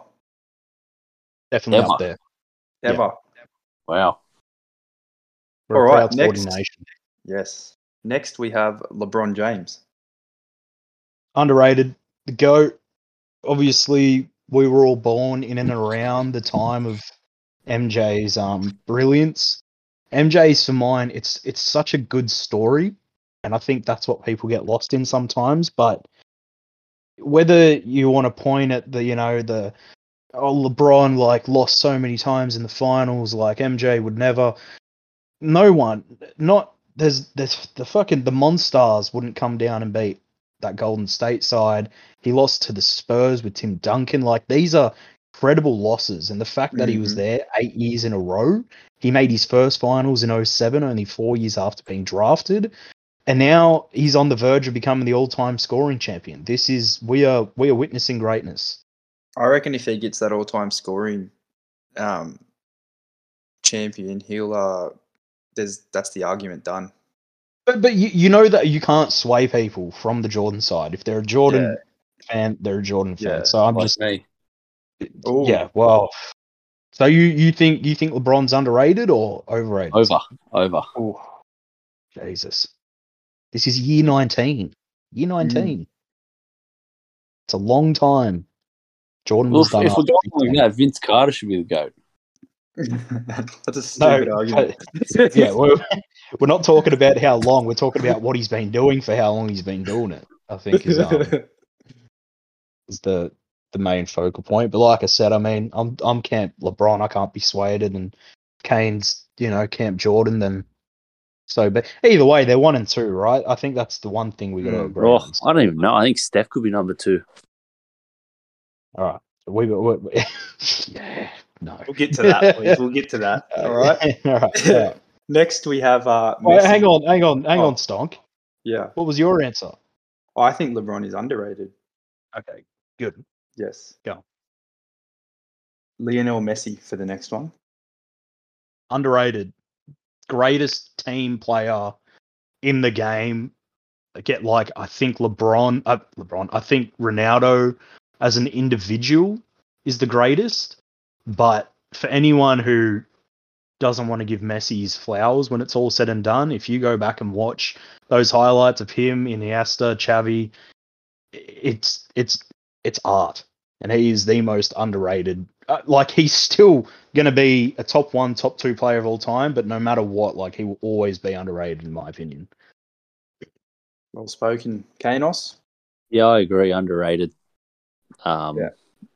definitely
Emma.
up there Yeah.
Ever.
Wow.
We're a
All right,
proud sporting
next.
nation.
Yes. Next, we have LeBron James.
underrated. The GOAT. Obviously, we were all born in and around the time of MJ's um brilliance. MJ's for mine, it's it's such a good story, and I think that's what people get lost in sometimes. But whether you want to point at the, you know, the oh LeBron like lost so many times in the finals, like MJ would never no one not there's there's the fucking the Monstars wouldn't come down and beat that Golden State side. He lost to the Spurs with Tim Duncan. Like these are credible losses, and the fact that he was
Mhm.
there eight years in a row, he made his first finals in 07, only four years after being drafted, and now he's on the verge of becoming the all-time scoring champion. This is we are we are witnessing greatness.
I reckon if he gets that all-time scoring um, champion, he'll. Uh, there's that's the argument done.
But but you, you know that you can't sway people from the Jordan side. If they're a Jordan fan, they're a Jordan fan.
Yeah,
So I'm
Like
just
me.
Ooh.
yeah. Well, so you you think you think LeBron's underrated or overrated?
Over. Over.
Ooh.
Jesus, this is year nineteen. Year nineteen. It's a long time. Jordan
Well,
was
if,
done.
if we're
after
going
15.
like that, Vince Carter should be the GOAT.
that's a stupid argument.
yeah, we're, we're not talking about how long. We're talking about what he's been doing for how long he's been doing it. I think is um, is the the main focal point. But like I said, I mean, I'm I'm Camp LeBron. I can't be swayed, and Kane's you know Camp Jordan. Then so, but either way, they're one and two, right? I think that's the one thing we got to
Hmm.
agree.
Oh,
on.
I don't even know. I think Steph could be number two.
All right, we, we, we yeah, no.
We'll get to that, please. We'll get to that. All right.
all right. all right.
Next, we have. Uh,
Wait,
Messi.
hang on, hang on, hang
Oh.
on, Stonk.
Yeah, Oh,
What was your answer?
I think LeBron is underrated.
Okay, good.
Yes.
Go.
Lionel Messi for the next one.
underrated, greatest team player in the game. I Get like I think LeBron, uh, LeBron. I think Ronaldo as an individual is the greatest, but for anyone who doesn't want to give Messi his flowers when it's all said and done, if you go back and watch those highlights of him in Iniesta, Xavi, i- it's it's it's art, and he is the most underrated. Uh, like he's still going to be a top one, top two player of all time, but no matter what, like he will always be underrated in my opinion.
Well spoken, Kanos.
Yeah, I agree. Underrated. Um,
Yeah.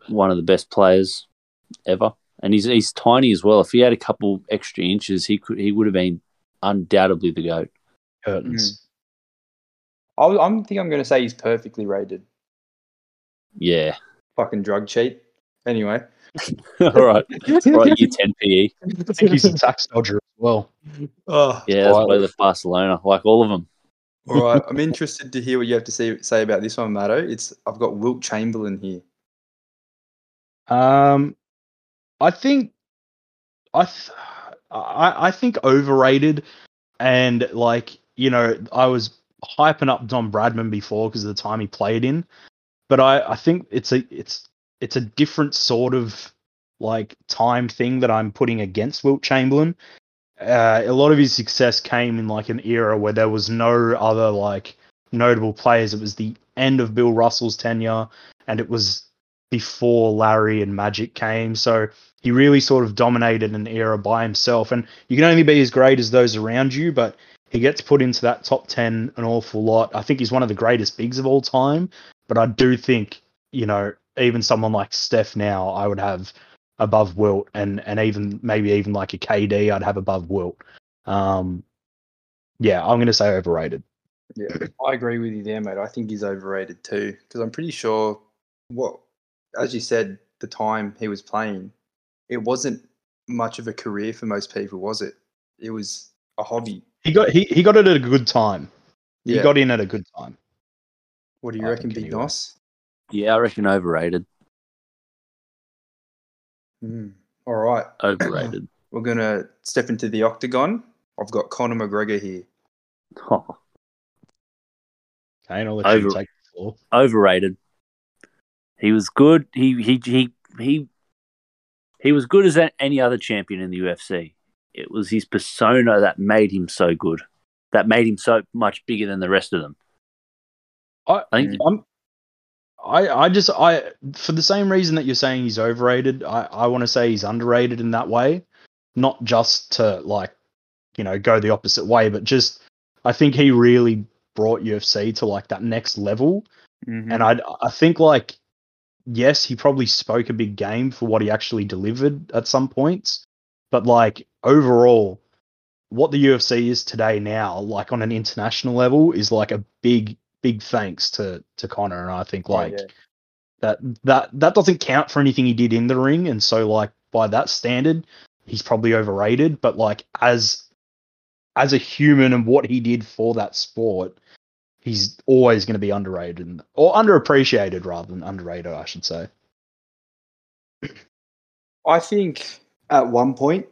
One of the best players ever. And he's, he's tiny as well. If he had a couple extra inches, he could he would have been undoubtedly the goat.
Curtains.
I was, I'm think I'm going to say he's perfectly rated.
Yeah.
Fucking drug cheat. Anyway,
All right. Right, year 10 PE.
I think he's a tax dodger as well.
oh,
Yeah, that's
All
why I left Barcelona. Like all of them.
all right. I'm interested to hear what you have to say, say about this one, Matto. It's I've got Wilt Chamberlain here.
Um, I think, I, th- I, I think overrated, and like you know, I was hyping up Don Bradman before because of the time he played in, but I, I think it's a, it's, it's a different sort of like time thing that I'm putting against Wilt Chamberlain. Uh, a lot of his success came in like an era where there was no other like notable players. It was the end of Bill Russell's tenure, and it was before Larry and Magic came. So he really sort of dominated an era by himself. And you can only be as great as those around you, but he gets put into that top 10 an awful lot. I think he's one of the greatest bigs of all time. But I do think, you know, even someone like Steph now, I would have above Wilt and, and even maybe even like a KD, I'd have above Wilt. Um, yeah, I'm going to say overrated.
Yeah, I agree with you there, mate. I think he's overrated too because I'm pretty sure what, as you said, the time he was playing, it wasn't much of a career for most people, was it? It was a hobby.
He got he, he got it at a good time.
Yeah.
He got in at a good time.
what do you
I
reckon,
think
Big
anyway.
Nos?
Yeah, I reckon overrated.
Mm. All right,
Overrated.
we're gonna step into the octagon. I've got Conor McGregor here.
Oh,
Okay, and I'll let you
Over-
take the floor.
overrated. He was good. He he he he he was good as a- any other champion in the UFC. It was his persona that made him so good. That made him so much bigger than the rest of them.
I-
I think
I'm, I I just I for the same reason that you're saying he's overrated, I I want to say he's underrated in that way, not just to like, you know, go the opposite way, but just I think he really brought UFC to like that next level,
Mm-hmm. Mm.
and I I think like yes, he probably spoke a big game for what he actually delivered at some points, but like overall, what the UFC is today now, like on an international level, is like a big big thanks to to Connor, and I think
Oh,
like
yeah.
that that that doesn't count for anything he did in the ring, and so like by that standard, he's probably overrated, but like as as a human and what he did for that sport, he's always going to be underrated and, or underappreciated rather than underrated, I should say.
I think at one point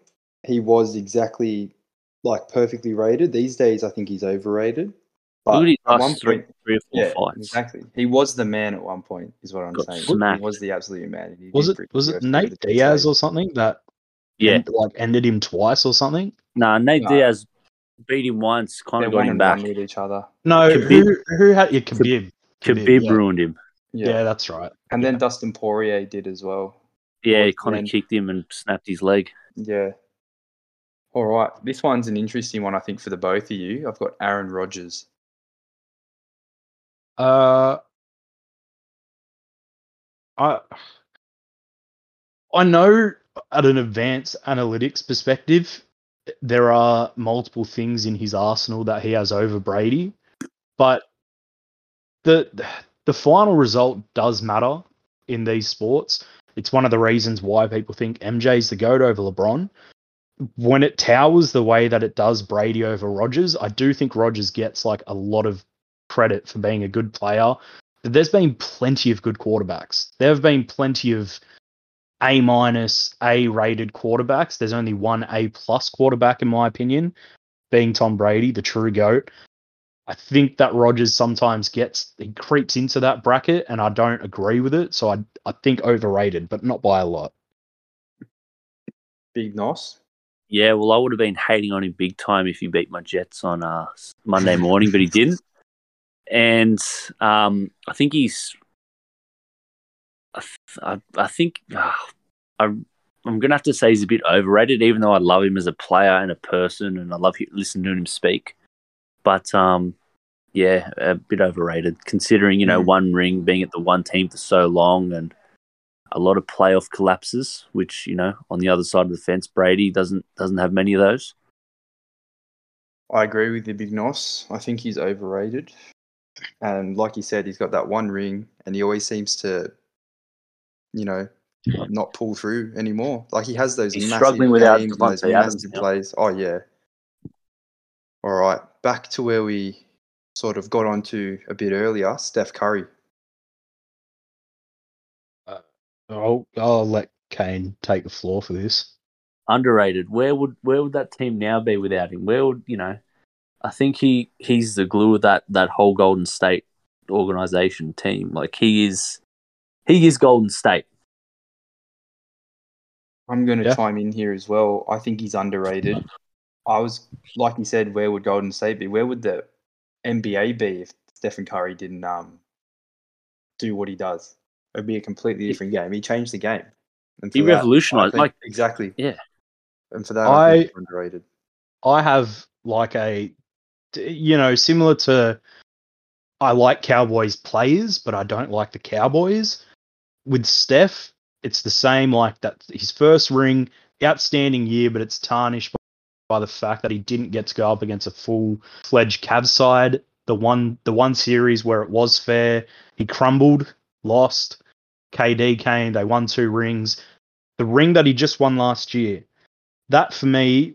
he was exactly like perfectly rated. These days, I think he's overrated.
Look at his
at one
last three,
point-
three or four
yeah,
fights.
exactly. He was the man at one point, is what I'm
Got
saying.
smacked.
He was the absolute man. and he
Was
did
it
bring
was
the
it
UFC to
Nate
the big
Diaz
stage.
or something that
Yeah.
end- like ended him twice or something?
Nah, Nate
Nah.
Diaz beat him once, kind
They're
of got
one
him
and
back.
one with each other.
No,
Khabib.
who who had yeah, Khabib?
Khabib
yeah.
ruined him.
Yeah.
Yeah.
that's right.
And then Dustin Poirier did as well.
Yeah,
Towards
he
the
kind
end.
of kicked him and snapped his leg.
Yeah. All right. This one's an interesting one, I think, for the both of you. I've got Aaron Rodgers.
Uh, I I know at an advanced analytics perspective, there are multiple things in his arsenal that he has over Brady, but the the final result does matter in these sports. It's one of the reasons why people think MJ's the goat over LeBron. When it towers the way that it does Brady over Rogers, I do think Rogers gets like a lot of credit for being a good player. But there's been plenty of good quarterbacks. There have been plenty of A minus, A rated quarterbacks. There's only one A plus quarterback, in my opinion, being Tom Brady, the true GOAT. I think that Rogers sometimes gets, he creeps into that bracket, and I don't agree with it. So I, I think overrated, but not by a lot.
Big Nos.
Yeah, well, I would have been hating on him big time if he beat my Jets on uh, s- Monday morning, but he didn't. And um, I think he's. I, th- I, I think ah, I, I'm going to have to say he's a bit overrated, even though I love him as a player and a person, and I love he- listening to him speak. But um, yeah, a bit overrated, considering you know
Mhm.
one ring being at the one team for so long and a lot of playoff collapses, which you know on the other side of the fence, Brady doesn't doesn't have many of those.
I agree with you, Big Nos. I think he's overrated. And like you said, he's got that one ring and he always seems to, you know, not pull through anymore. Like he has those
He's
massive
struggling without
games and
Devontae
those
Adams
massive
now.
plays. Oh yeah. All right, back to where we sort of got onto a bit earlier. Steph Curry.
I'll, I'll let Kane take the floor for this.
underrated. Where would where would that team now be without him? Where would you know? I think he he's the glue of that that whole Golden State organization team. Like he is he is Golden State.
I'm going to
Yeah.
chime in here as well. I think he's underrated. I was, like you said, where would Golden State be? Where would the NBA be if Stephen Curry didn't um, do what he does? It'd be a completely different game. He changed the game. And
He
for that, I
revolutionised,
think-
like-
exactly.
Yeah.
And for that, I, think
I-
he's underrated.
I have like a, d- you know, similar to I like Cowboys players, but I don't like the Cowboys. With Steph, it's the same like that his first ring, outstanding year, but it's tarnished by, by the fact that he didn't get to go up against a full fledged Cavs side. The one the one series where it was fair, he crumbled, lost. KD came, they won two rings. The ring that he just won last year, that for me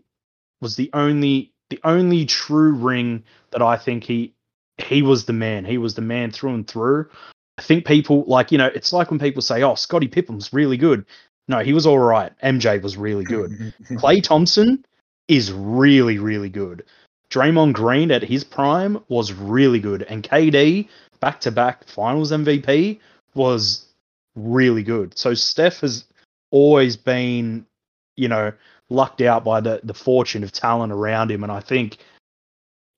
was the only the only true ring that I think he he was the man. He was the man through and through. I think people like you know it's like when people say, "Oh, Scottie Pippen's really good." No, he was all right. MJ was really good. Clay Thompson is really really good. Draymond Green at his prime was really good, and KD back to back Finals MVP was really good. So Steph has always been, you know, lucked out by the the fortune of talent around him, and I think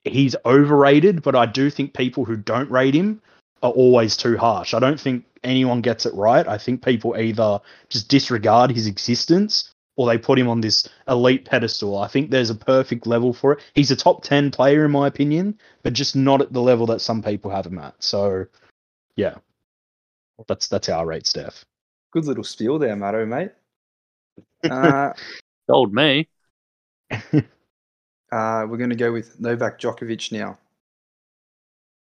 he's overrated. But I do think people who don't rate him are always too harsh. I don't think anyone gets it right. I think people either just disregard his existence or they put him on this elite pedestal. I think there's a perfect level for it. He's a top ten player in my opinion, but just not at the level that some people have him at. So, yeah, that's that's how I rate Steph.
Good little spiel there, Matto, mate. Uh,
Told me.
uh, we're going to go with Novak Djokovic now.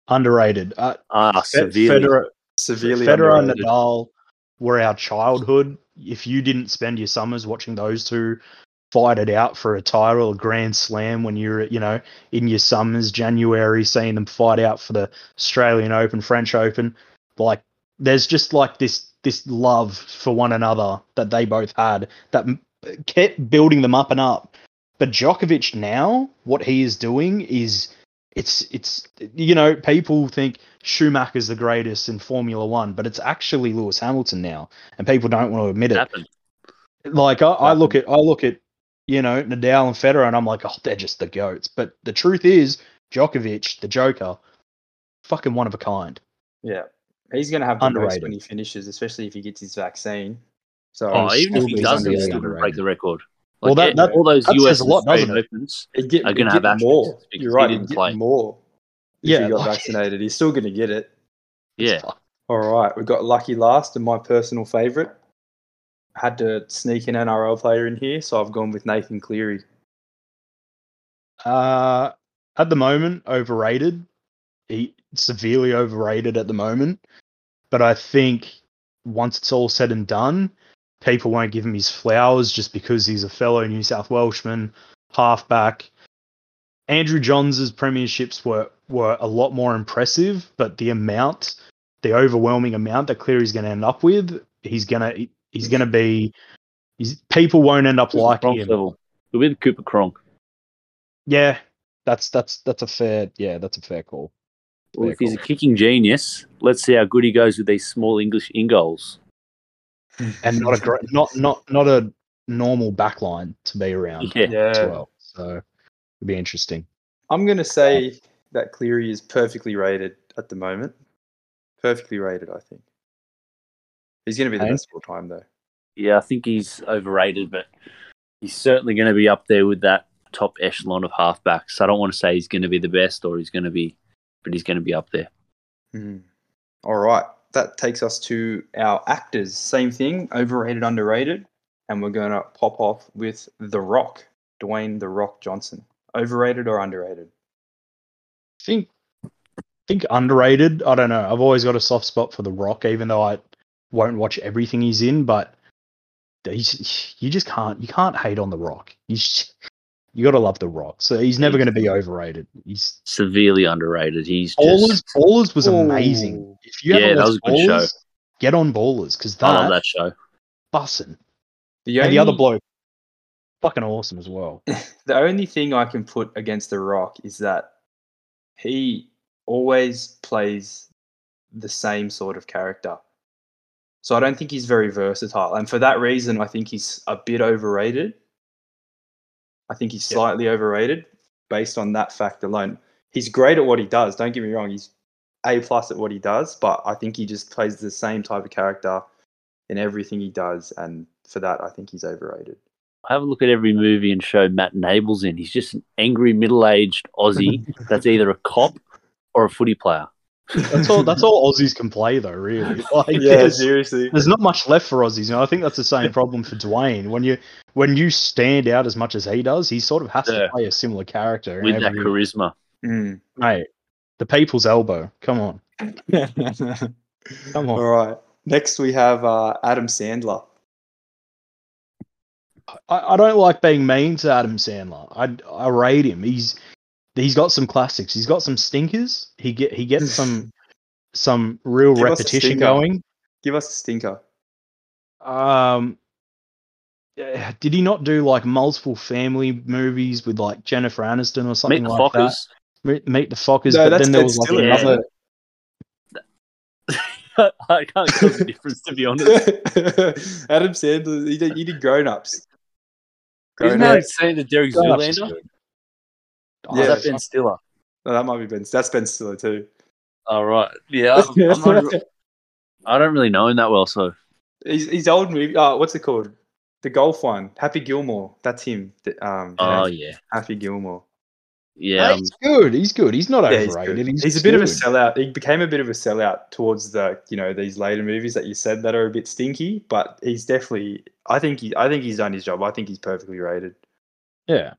Underrated. Uh,
Ah,
Fe-
severely.
Federer,
Severely
Federer
underrated.
and Nadal were our childhood. If you didn't spend your summers watching those two fight it out for a title, a Grand Slam, when you're you know in your summers, January, seeing them fight out for the Australian Open, French Open, like there's just like this this love for one another that they both had that m- kept building them up and up. But Djokovic now, what he is doing is it's it's you know people think Schumacher's the greatest in Formula One, but it's actually Lewis Hamilton now, and people don't want to admit it.
Happened.
Like I, I look at I look at you know Nadal and Federer, and I'm like, oh, they're just the goats. But the truth is, Djokovic, the Joker, fucking one of a kind.
Yeah, he's going to have the most
Underrated.
when he finishes, especially if he gets his vaccine. So
Oh, even if
still
he
be
doesn't,
severely
he's still gonna break
underrated.
the record.
Well,
Like,
that- that-
all those
that
US
says a lot,
Australian
doesn't it?
Opens.
he'd get,
are gonna
he'd
have
get
access
more.
because
You're
he
right. He
didn't
would get
play.
more. If
Yeah,
he got
like-
vaccinated, he's still going to get it.
Yeah,
All right, we got lucky last, and my personal favorite. Had to sneak an NRL player in here, so I've gone with Nathan Cleary.
Uh, at the moment, overrated. He severely overrated at the moment, but I think once it's all said and done, people won't give him his flowers just because he's a fellow New South Welshman, halfback. Andrew Johns' premierships were were a lot more impressive, but the amount, the overwhelming amount that Cleary's going to end up with, he's gonna he's gonna be, he's, people won't end up liking
Cronk
him.
level. He'll be the Cooper Cronk.
Yeah, that's that's that's a fair yeah, that's a fair call.
Well,
Fair
if he's a
call.
kicking genius, let's see how good he goes with these small English in goals.
And not a great, not not not a normal backline to be around
Yeah.
as
Yeah,
well. So it'd be interesting.
I'm going to say that Cleary is perfectly rated at the moment. Perfectly rated, I think. He's going to be the
Kane?
best of all time, though.
Yeah, I think he's overrated, but he's certainly going to be up there with that top echelon of halfbacks. I don't want to say he's going to be the best or he's going to be, but he's going to be up there.
Hmm. All right. That takes us to our actors. Same thing, overrated, underrated. And we're going to pop off with The Rock, Dwayne The Rock Johnson. Overrated or underrated?
think think underrated. I don't know. I've always got a soft spot for The Rock, even though I won't watch everything he's in. But he's, you just can't you can't hate on The Rock. You just, you got to love The Rock. So he's never going to be overrated. He's
Severely underrated. He's
Ballers.
just.
Ballers was amazing. If you
Yeah,
haven't
that
watched
was a good show.
Ballers, Get on Ballers because
I love
that,
that show.
bussin'
The
and the other
only-
bloke, fucking awesome as well.
the only thing I can put against The Rock is that he always plays the same sort of character. So I don't think he's very versatile. And for that reason, I think he's a bit overrated. I think he's
Yeah.
slightly overrated based on that fact alone. He's great at what he does, don't get me wrong. He's A plus at what he does, but I think he just plays the same type of character in everything he does. And for that, I think he's overrated.
Have a look at every movie and show Matt Nable's in. He's just an angry middle aged Aussie that's either a cop or a footy player.
That's all. That's all Aussies can play though, really. Like,
yeah,
there's-
seriously.
There's not much left for Aussies, and I think that's the same problem for Dwayne. When you when you stand out as much as he does, he sort of has
Yeah.
to play a similar character. in
With that
every-
charisma.
Mm.
Mate, the people's elbow. Come on, come
All
on.
right. Next, we have uh, Adam Sandler.
I, I don't like being mean to Adam Sandler. I I rate him. He's he's got some classics. He's got some stinkers. He get he gets some some real
Give us a
repetition
stinker.
going.
Give us a stinker.
Um, eh, did he not do like multiple family movies with like Jennifer Aniston or something
Meet the
like that?
Fockers.
Meet, meet the Fockers,
No,
but
that's
then there
Ed
was like
Stiller,
another.
I can't tell the difference, to be honest.
Adam Sandler, he did, he did grown ups.
Isn't
no,
that saying that Derek
Grown Ups
Zoolander?
is
Or
Oh,
Yeah.
Is that
that's-
Ben Stiller?
Oh, that might be Ben. That's Ben Stiller too.
All right. Yeah. I'm, I'm not, I don't really know him that well, so
He's, he's old movie. Oh, what's it called? The golf one. Happy Gilmore. That's him. The- Um,
Oh
yeah,
yeah,
Happy Gilmore.
yeah. um,
He's good. He's good. He's not
Yeah, he's,
overrated.
good.
He's,
He's a bit of a
good.
sellout. He became a bit of a sellout towards the you know these later movies that you said that are a bit stinky, but he's definitely. I think he. I think he's done his job. I think he's perfectly rated.
Yeah.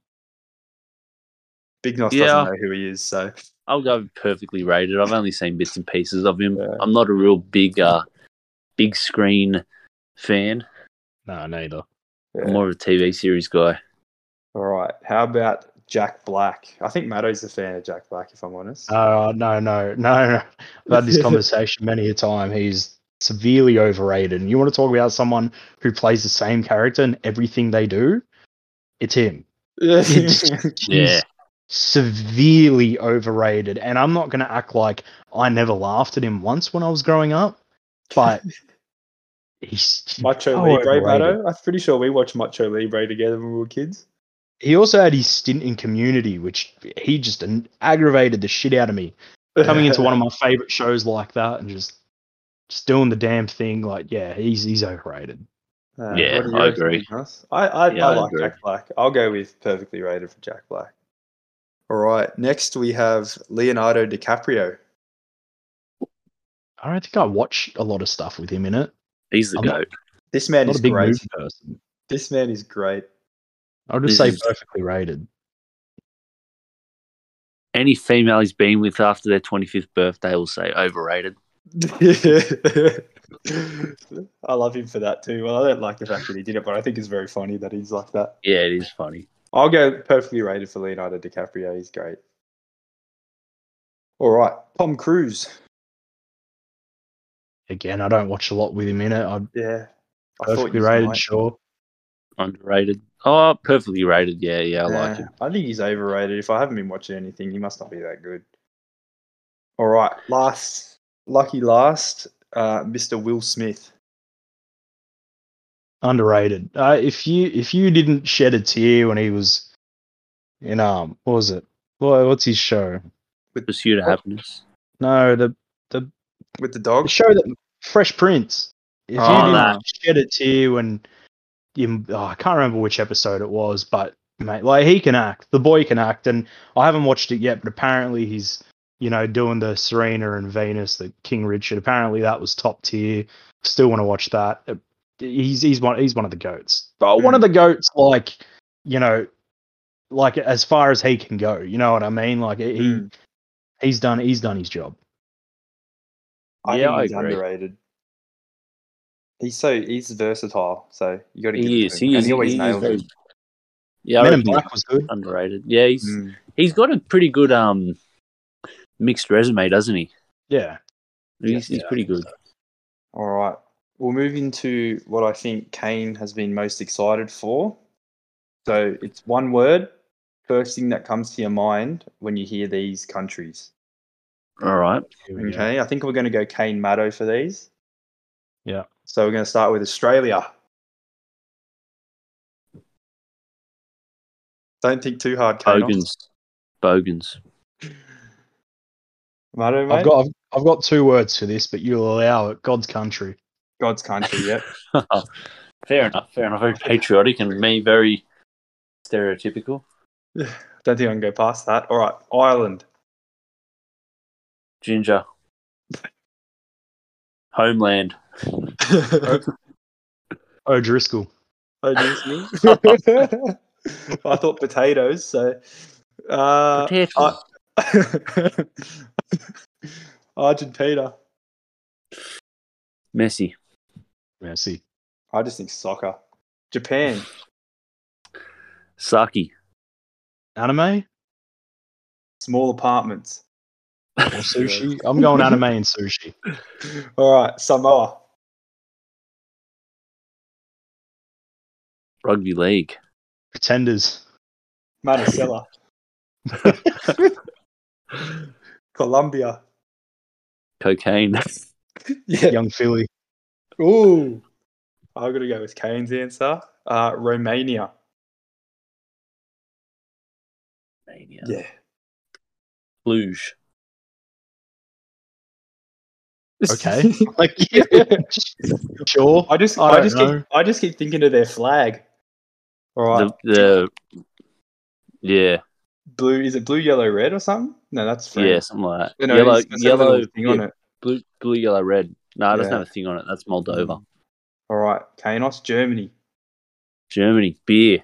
Big Nos
Yeah.
doesn't know who he is, so
I'll go perfectly rated. I've only seen bits and pieces of him.
Yeah.
I'm not a real big, uh, big screen fan.
No, neither.
yeah.
I'm more of a TV series guy.
all right. How about Jack Black? I think Matto's a fan of Jack Black, if I'm honest.
Uh, no, no, no, no. I've had this conversation many a time. He's severely overrated. And you want to talk about someone who plays the same character in everything they do? It's him. He's,
Yeah.
he's severely overrated. And I'm not going to act like I never laughed at him once when I was growing up, but he's.
Macho
so
Libre,
overrated.
Matto. I'm pretty sure we watched Macho Libre together when we were kids.
He also had his stint in Community, which he just an- aggravated the shit out of me. Coming into one of my favorite shows like that and just just doing the damn thing, like yeah, he's he's overrated.
Uh,
Yeah,
what do you
I
reckon,
agree.
Big Nuss? I, I,
Yeah,
I
I
like
agree.
Jack Black. I'll go with perfectly rated for Jack Black. All right. Next, we have Leonardo DiCaprio.
I don't think I watch a lot of stuff with him in it.
He's the
I'm not-
goat.
This man
Not
is
a big
great.
movie person.
This man is great.
I would just
This
say
is-
perfectly rated.
Any female he's been with after their 25th birthday will say overrated.
I love him for that too. Well, I don't like the fact that he did it, but I think it's very funny that he's like that.
Yeah, it is funny.
I'll go perfectly rated for Leonardo DiCaprio. He's great. All right. Tom Cruise.
Again, I don't watch a lot with him in it. I'm
Yeah. I thought
perfectly
you
rated,
might.
sure.
Underrated. Oh, perfectly rated. Yeah, yeah, I like
Yeah,
him.
I think he's overrated. If I haven't been watching anything, he must not be that good. All right, last lucky last, uh, Mr. Will Smith.
Underrated. Uh, if you if you didn't shed a tear when he was in um what was it? What, what's his show?
Pursuit of happiness.
No, the
with
The
the dog.
show that Fresh Prince. If
Oh,
you didn't
that.
shed a tear when you, oh, I can't remember which episode it was, but mate, like he can act. The boy can act, and I haven't watched it yet, but apparently he's you know doing the Serena and Venus, the King Richard. Apparently that was top tier. Still want to watch that. Uh, He's he's one he's one of the goats, but one of the goats like you know like as far as he can go. You know what I mean? Like he
Hmm.
he's done he's done his job.
I
Yeah,
think
I
he's
agree.
underrated. He's so he's versatile, so you got to.
He
give
is.
It to him.
He
and
is.
He always
he is
nails
very-
it.
Yeah, I
Men in
reckon
Black was good.
he's underrated. Yeah, he's
Mm.
he's got a pretty good um mixed resume, doesn't he?
Yeah.
He's,
Yeah,
he's pretty good.
All right, we'll move into what I think Kane has been most excited for. So it's one word. First thing that comes to your mind when you hear these countries.
All right.
Here we go.
Okay, I think we're going to go Kane Maddo for these.
Yeah.
So we're going to start with Australia. Don't think too hard, Kane.
Bogans. Bogans.
Maddo, mate.
I've got I've, I've got two words for this, but you'll allow it. God's country.
God's country, yep.
fair enough. Fair enough. Very patriotic and me very stereotypical.
Don't think I can go past that. All right, Ireland.
Ginger. Homeland.
Uh,
O'Driscoll.
Oh, geez, me. I thought potatoes, so. Uh,
Potatoes.
Argentina.
Messi.
Messi.
I just think soccer. Japan.
Saki.
Anime
Small apartments.
or sushi? I'm going anime and sushi.
All right, Samoa.
Rugby league.
Pretenders.
Manicella. Colombia.
Cocaine.
Yeah.
Young Philly.
Ooh. I'm going to go with Kane's answer. Uh, Romania. Yeah.
Luge.
Okay. Like yeah. sure.
I just,
I
I,
don't
just
know.
keep, I just keep thinking of their flag. All right.
The, the yeah,
blue, is it blue, yellow, red or something? No, that's France.
yeah, something like
You
that.
know,
yellow,
it's got some
yellow,
little thing
yeah,
on it.
blue, blue, yellow, red. No, it doesn't
Yeah.
have a thing on it. That's Moldova.
All right. Kanos, Germany.
Germany, beer,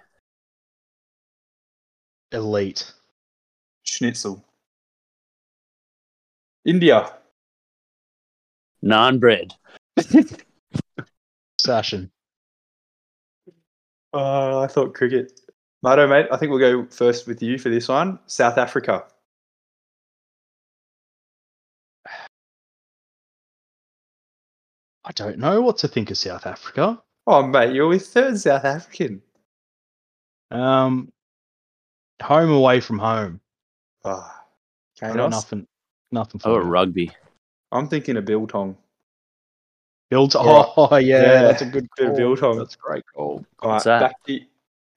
Elite.
Schnitzel. India.
naan bread,
Sashin.
Uh, I thought cricket. Mato, mate, I think we'll go first with you for this one. South Africa.
I don't know what to think of South Africa.
Oh, mate, you're with third South African.
Um, home away from home.
Ah,
I
Kanos.
got nothing. Nothing
oh,
for me.
rugby.
I'm thinking of Biltong.
Built.
Yeah.
Oh yeah,
Yeah.
that's a good
Bit
call.
of Biltong.
That's a great call.
All
What's that?
back to-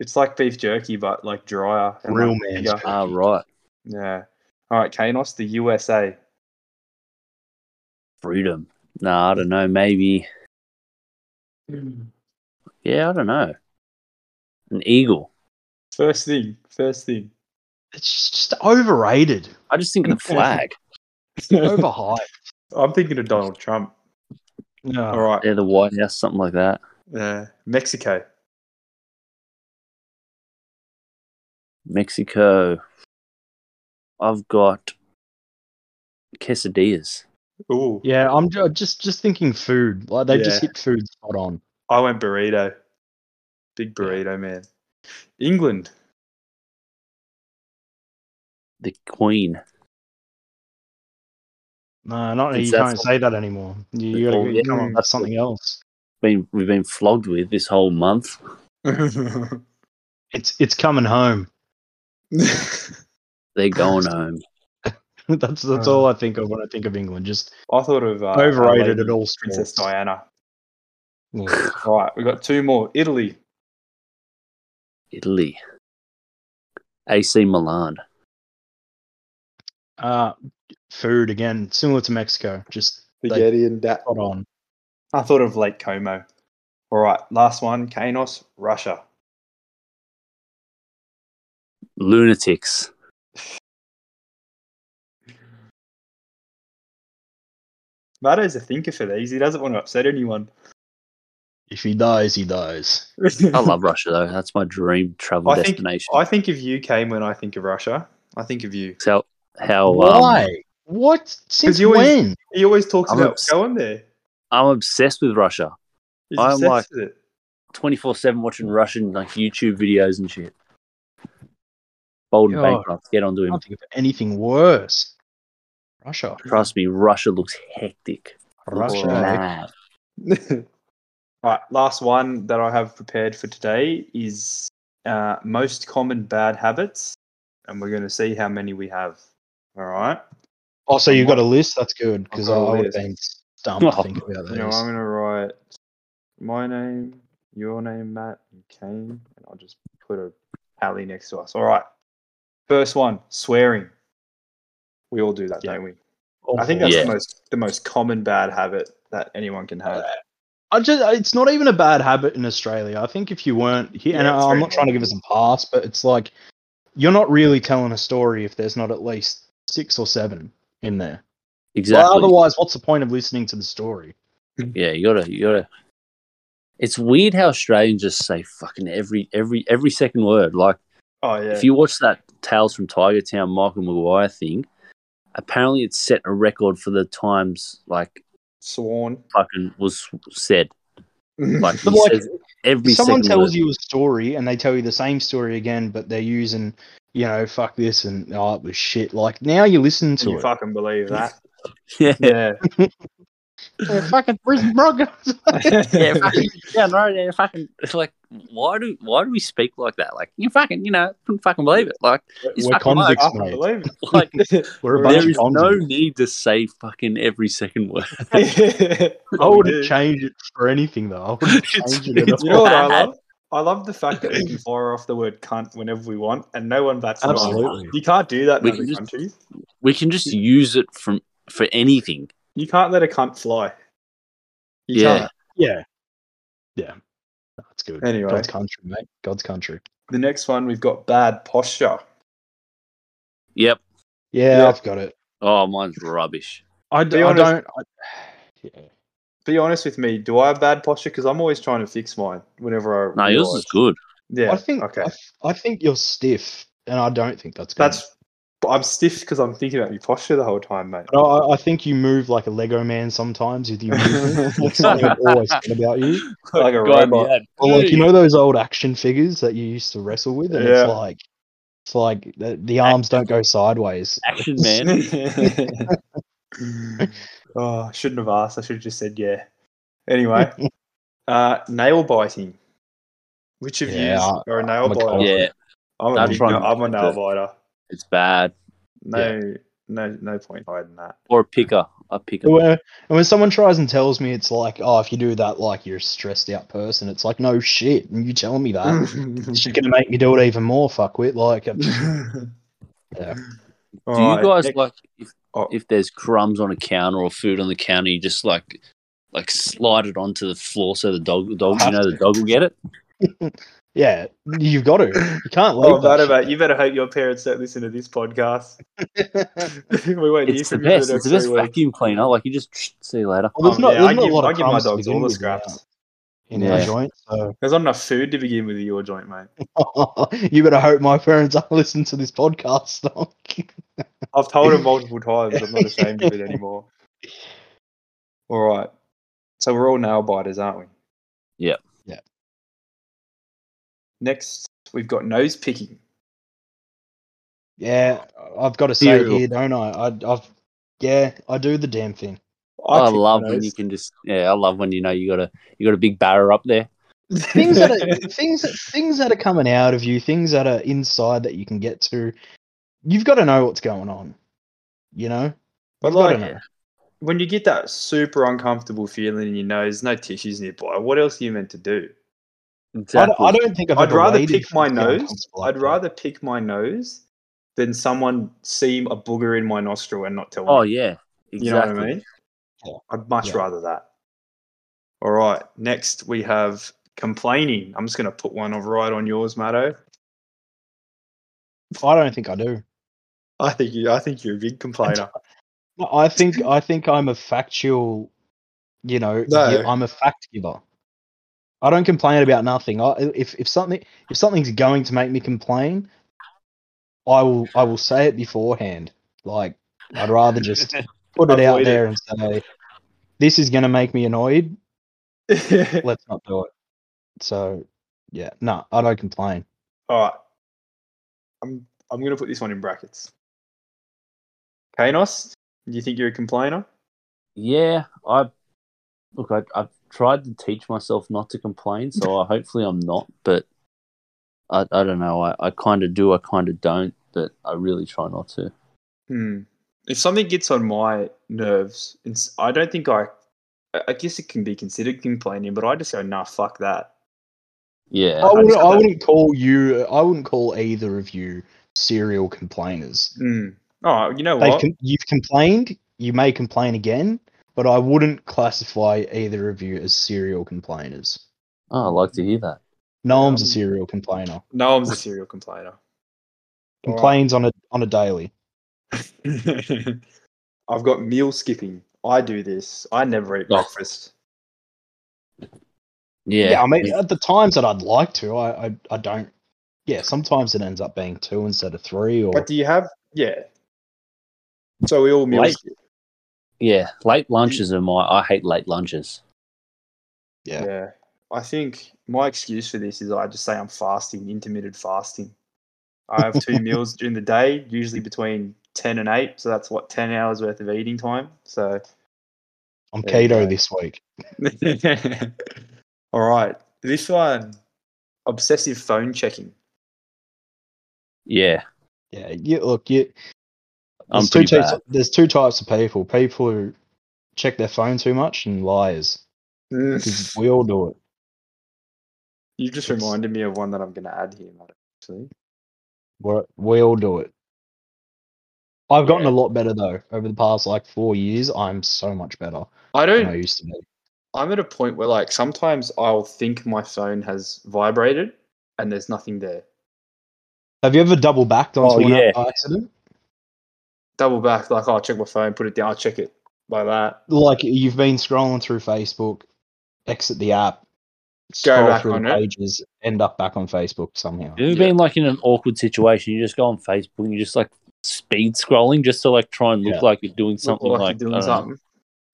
it's like beef jerky, but like drier. and,
Real
like,
man's
bigger.
Ah, right,
Yeah. All right, Kanos, the USA.
freedom. Nah, I don't know. Maybe yeah, I don't know. An eagle.
First thing, first thing.
It's just overrated,
I just think of the flag.
overhyped.
I'm thinking of Donald Trump.
No.
All right.
Oh, yeah, the White House, something like that.
Uh, Mexico.
Mexico. I've got quesadillas.
Ooh.
Yeah, I'm ju- just just thinking food. Like they just
Yeah.
hit food spot on.
I went burrito. Big burrito, man. England.
The Queen.
No, not
It's
you
that
can't
sort-
say that anymore. You, you gotta
Oh,
go-
yeah.
come on, that's something else.
Been we've been flogged with this whole month.
They're
It's it's coming home.
They're going home.
that's that's
Uh.
all I think of when I think of England. Just
I thought of uh,
overrated
Adelaide,
at all.
Princess
sports.
Diana.
Mm.
All right, we got two more. Italy,
Italy. AC Milan.
Uh, food again, similar to Mexico. Just spaghetti
and that.
spot on.
I thought of Lake Como. All right, last one. Kanos, Russia.
Lunatics.
Mado's a thinker for these. He doesn't want to upset anyone.
If he dies, he dies.
I love Russia though. That's my dream travel
I think-
destination.
I think of you, Kane, when I think of Russia. I think of you.
so how um,
Why? what? Since
you always-
when?
He always talks
I'm
about
obs-
going there.
I'm obsessed with Russia.
He's
I'm
obsessed
like-
with it.
Twenty four seven watching Russian like YouTube videos and shit. Bolden
God.
bankrupt. Get onto
I
him.
can't think of anything worse. Russia.
Trust me, Russia looks hectic.
Russia.
Mad.
All right, last one that I have prepared for today is uh, most common bad habits, and we're going to see how many we have. All right,
Oh, so you've got a list? That's good
I've
because I,
got a
would have
list.
been stumped
Oh,
to think about
you know
those.
I'm going to write my name, your name, Matt, and Kane, and I'll just put a alley next to us. All right, first one, swearing. We all do that,
Yeah.
don't we? I think that's
Yeah.
the most the most common bad habit that anyone can have.
I just, it's not even a bad habit in Australia. I think if you weren't here, and
Yeah, it's
I- I'm
very
not trying to give us a pass, but it's like you're not really telling a story if there's not at least six or seven in there.
Exactly.
otherwise, what's the point of listening to the story?
Yeah, you gotta, you gotta. It's weird how Australians just say fucking every every every second word. Like
Oh yeah,
if you watch that Tales from Tiger Town Michael Maguire thing, apparently it set a record for the times like
sworn.
fucking was said. Like, he
But, like,
says every
If someone
second
tells
word.
you a story and they tell you the same story again, but they're using, you know, fuck this and oh, it was shit. Like now you listen to
Can you
it.
fucking believe that?
yeah,
yeah.
Yeah, fucking prison Broncos.
yeah, fucking, yeah, no, yeah, fucking. It's like, why do why do we speak like that? Like, you fucking, you know, couldn't fucking believe it. Like, It's
We're
fucking
convicts,
Fucking
mate.
believe
like
We're a bunch
there
of
is no
convicts.
need to say fucking every second word.
it.
I
We
wouldn't
do.
change it for anything though. I wouldn't
It's-
change it at
it's
all.
You know what I
Bad.
love? I love the fact that we can fire off the word cunt whenever we want, and no one bats an eye.
Absolutely.
You can't do that in
We
other
can just-
countries.
We can just use it from for anything.
You can't let a cunt fly. You
Yeah.
can't.
Yeah. Yeah. That's good.
Anyway.
God's country, mate. God's country.
The next one we've got bad posture.
Yep.
Yeah,
Yeah.
I've got it.
Oh, mine's rubbish.
I, d-
Be
I
honest.
don't. I, yeah.
Be honest with me. Do I have bad posture? Because I'm always trying to fix mine whenever I.
No, yours is
realise.
good.
Yeah.
I think.
Okay.
I, th- I think you're stiff, and I don't think that's good.
That's. but I'm stiff because I'm thinking about your posture the whole time, mate.
But I, I think you move like a Lego man sometimes with your movement. That's something I've always said about you.
Like a
God,
robot.
yeah,
Or like you
dude.
know those old action figures that you used to wrestle with, and
Yeah.
it's like it's like the, the arms don't go sideways.
action man.
oh, I shouldn't have asked. I should have just said yeah. Anyway, uh, nail biting. Which of
Yeah,
you are a nail
I'm a
biter?
coward.
yeah,
I'm, a
I'm
big,
trying
no,
to-
I'm a nail biter.
it's bad.
No, no, no point hiding that.
Or a picker, a picker.
And when- and when someone tries and tells me it's like, oh, if you do that, like you're a stressed out person, it's like, no shit. And you telling me
Mm.
that, it's just gonna make me do it even more. Fuck with like, I'm- Yeah.
Do you guys like if,
Oh.
if there's crumbs on a counter or food on the counter, you just like like slide it onto the floor so the dog, the dog, you know, the dog will get it.
yeah, you've got to. You can't leave.
Oh,
that
Vada,
shit.
mate, you better hope your parents don't listen to this podcast. we won't hear
It's the
from you
best.
for
It's
the next
the best
three weeks.
vacuum cleaner. Like you just see you later.
Well, there's
Um,
not,
yeah,
there's
I
not
give-
a lot
I
of
give my
crumbs to
dogs
begin
all the
with in our-
scraps.
in
Yeah.
our joint. So
There's not enough food to begin with in your joint, mate.
you better hope my parents aren't listening to this podcast.
I've told him multiple times. I'm not ashamed of it anymore. All right. So we're all nail biters, aren't we?
Yeah.
Yeah.
Next, we've got nose picking.
yeah, I've got to say it
Cereal.
here, don't I? I, I've yeah, I do the damn thing.
I
pick my
love when
nose.
you can just yeah. I love when you know you got a you got a big barrier up there.
things that are things that things that are coming out of you, things that are inside that you can get to. You've got to know what's going on. You know,
But
You've gotta
like,
know.
when you get that super uncomfortable feeling in your nose, no tissues nearby. What else are you meant to do?
I, don't, I don't think I've
I'd
ever
rather
waited
pick
for
my
it to get
nose.
uncomfortable like
I'd
that.
rather pick my nose than someone see a booger in my nostril and not tell
Oh
me.
yeah,
you know what
exactly.
I mean?
Yeah.
I'd much
Yeah.
rather that. All right. Next, we have complaining. I'm just going to put one of right on yours, Matto.
I don't think I do.
I think you. I think you're a big complainer.
No, I think I think I'm a factual. You know,
No.
gi- I'm a fact giver. I don't complain about nothing. I, if if something if something's going to make me complain, I will I will say it beforehand. Like I'd rather just put it out
Avoid it.
there and say this is going to make me annoyed. Let's not do it. So yeah, no, I don't complain.
All right. I'm I'm gonna put this one in brackets. Kanos, do you think you're a complainer?
Yeah, I look. I, I've tried to teach myself not to complain, so I, hopefully I'm not. But I, I don't know. I, I kind of do. I kind of don't. But I really try not to.
Hmm. If something gets on my nerves, it's, I don't think I. I- I guess it can be considered complaining, but I just go, nah, fuck that.
Yeah,
I
I
wouldn't,
understand
I
that.
wouldn't call you. I wouldn't call either of you serial complainers.
Hmm. Oh, you know
They've
what?
com- you've complained. You may complain again, but I wouldn't classify either of you as serial complainers.
oh, I like to hear that.
Noam's a
Um,
serial complainer.
no, I'm a serial complainer. All right.
Complains on a on a daily.
I've got meal skipping. I do this. I never eat
Oh.
breakfast.
Yeah,
I mean, at the times that I'd like to, I, I I don't. Yeah, sometimes it ends up being two instead of three, or
But do you have? Yeah. So we all meal
Late.
skip.
yeah. Late lunches are my. I hate late lunches.
Yeah.
yeah. I think my excuse for this is I just say I'm fasting, intermittent fasting. I have two meals during the day, usually between 10 and 8. So that's what, 10 hours worth of eating time. So
I'm
there
keto
you go.
this week.
All right. This one obsessive phone checking.
Yeah,
Yeah, you look, you
I'm
there's two
pretty
types.
bad.
There's two types of people: people who check their phone too much and liars. 'Cause we all do it.
You just
It's-
reminded me of one that I'm going to add here, Matt, actually.
We're, we all do it. I've gotten
Yeah.
a lot better though over the past like four years. I'm so much better
I
than I
don't.
used to be.
I'm at a point where, like, sometimes I'll think my phone has vibrated and there's nothing there.
Have you ever double backed onto
Oh,
an
yeah.
accident?
Double back, like, oh, I'll check my phone, put it down, I'll check it like that.
Like you've been scrolling through Facebook, exit the app,
Go
scroll
back
through
on
the
it.
pages, end up back on Facebook somehow.
Have you
Yeah.
been like in an awkward situation? You just go on Facebook and you just like speed scrolling just to like try and look
Yeah.
like you're doing
Look
something
like,
like
you're
I
doing
don't know.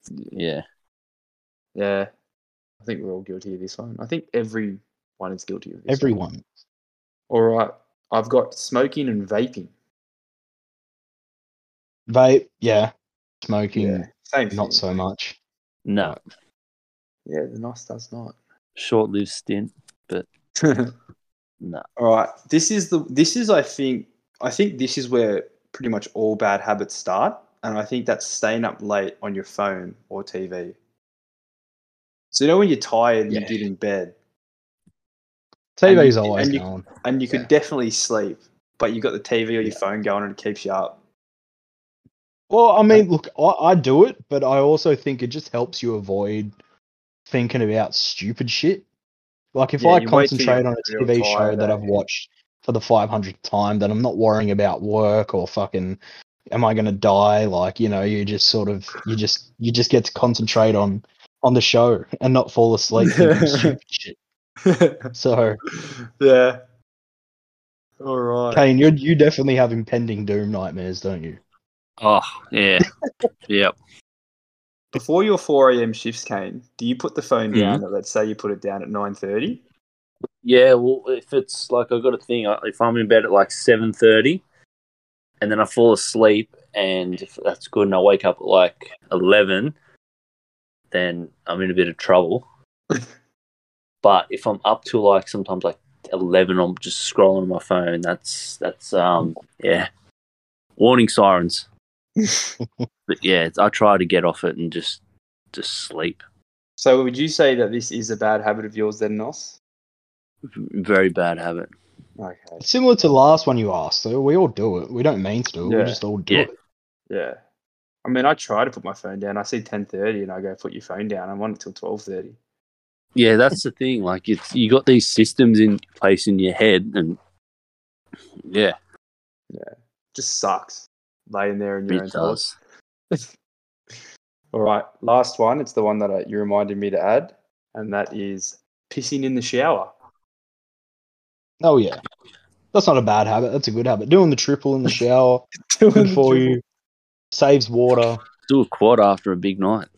something.
Yeah,
Yeah. I think we're all guilty of this one. I think everyone is guilty of this. one.
Everyone.
All right. I've got smoking and vaping.
Vape, yeah. Smoking,
Same thing.
not so much.
no,
Yeah, the NOS does not.
short-lived stint. No.
All right. This is the this is I think I think this is where pretty much all bad habits start, and I think that's staying up late on your phone or TV. So you know when you're tired, and you
Yeah.
get in bed,
TV's
you-
always
and you-
going.
and you could
Yeah.
definitely sleep, but you got the TV or your
Yeah.
phone going, and it keeps you up.
Well, I mean, look, I, I do it, but I also think it just helps you avoid thinking about stupid shit. Like if
Yeah,
I
you wait till you're
concentrate on a
real
TV show
tired,
that
eh?
I've watched for the 500th time, then I'm not worrying about work or fucking am I going to die? Like, you know, you just sort of you just you just get to concentrate on on the show and not fall asleep thinking stupid shit. So,
yeah. All right.
Kane, you you definitely have impending doom nightmares, don't you?
Oh yeah, yep.
Before your four AM shifts, Kane, do you put the phone down? At, let's say you put it down at nine thirty.
Yeah, well, if it's like I've got a thing, I- if I'm in bed at like seven thirty, and then I fall asleep, and if that's good, and I wake up at like eleven, then I'm in a bit of trouble. but if I'm up to like sometimes like eleven, I'm just scrolling on my phone. That's that's um yeah, warning sirens. But yeah, it's- I try to get off it and just just sleep.
So would you say that this is a bad habit of yours then, Nos?
Very bad habit.
Okay.
Similar to the last one you asked, so we all do it. We don't mean to,
Yeah.
we just all do
Yeah.
it.
Yeah. I mean, I try to put my phone down. I see ten thirty, and I go put your phone down. I want it till twelve thirty.
Yeah, that's the thing. Like it's you got these systems in place in your head, and yeah,
Just sucks laying there in your
it
own house.
does.
uh,
All right, last one. It's the one that I, you reminded me to add, and that is pissing in the shower.
Oh yeah, that's not a bad habit. That's a good habit. Doing the triple in the shower, good for you. Saves water.
Do a quad after a big night.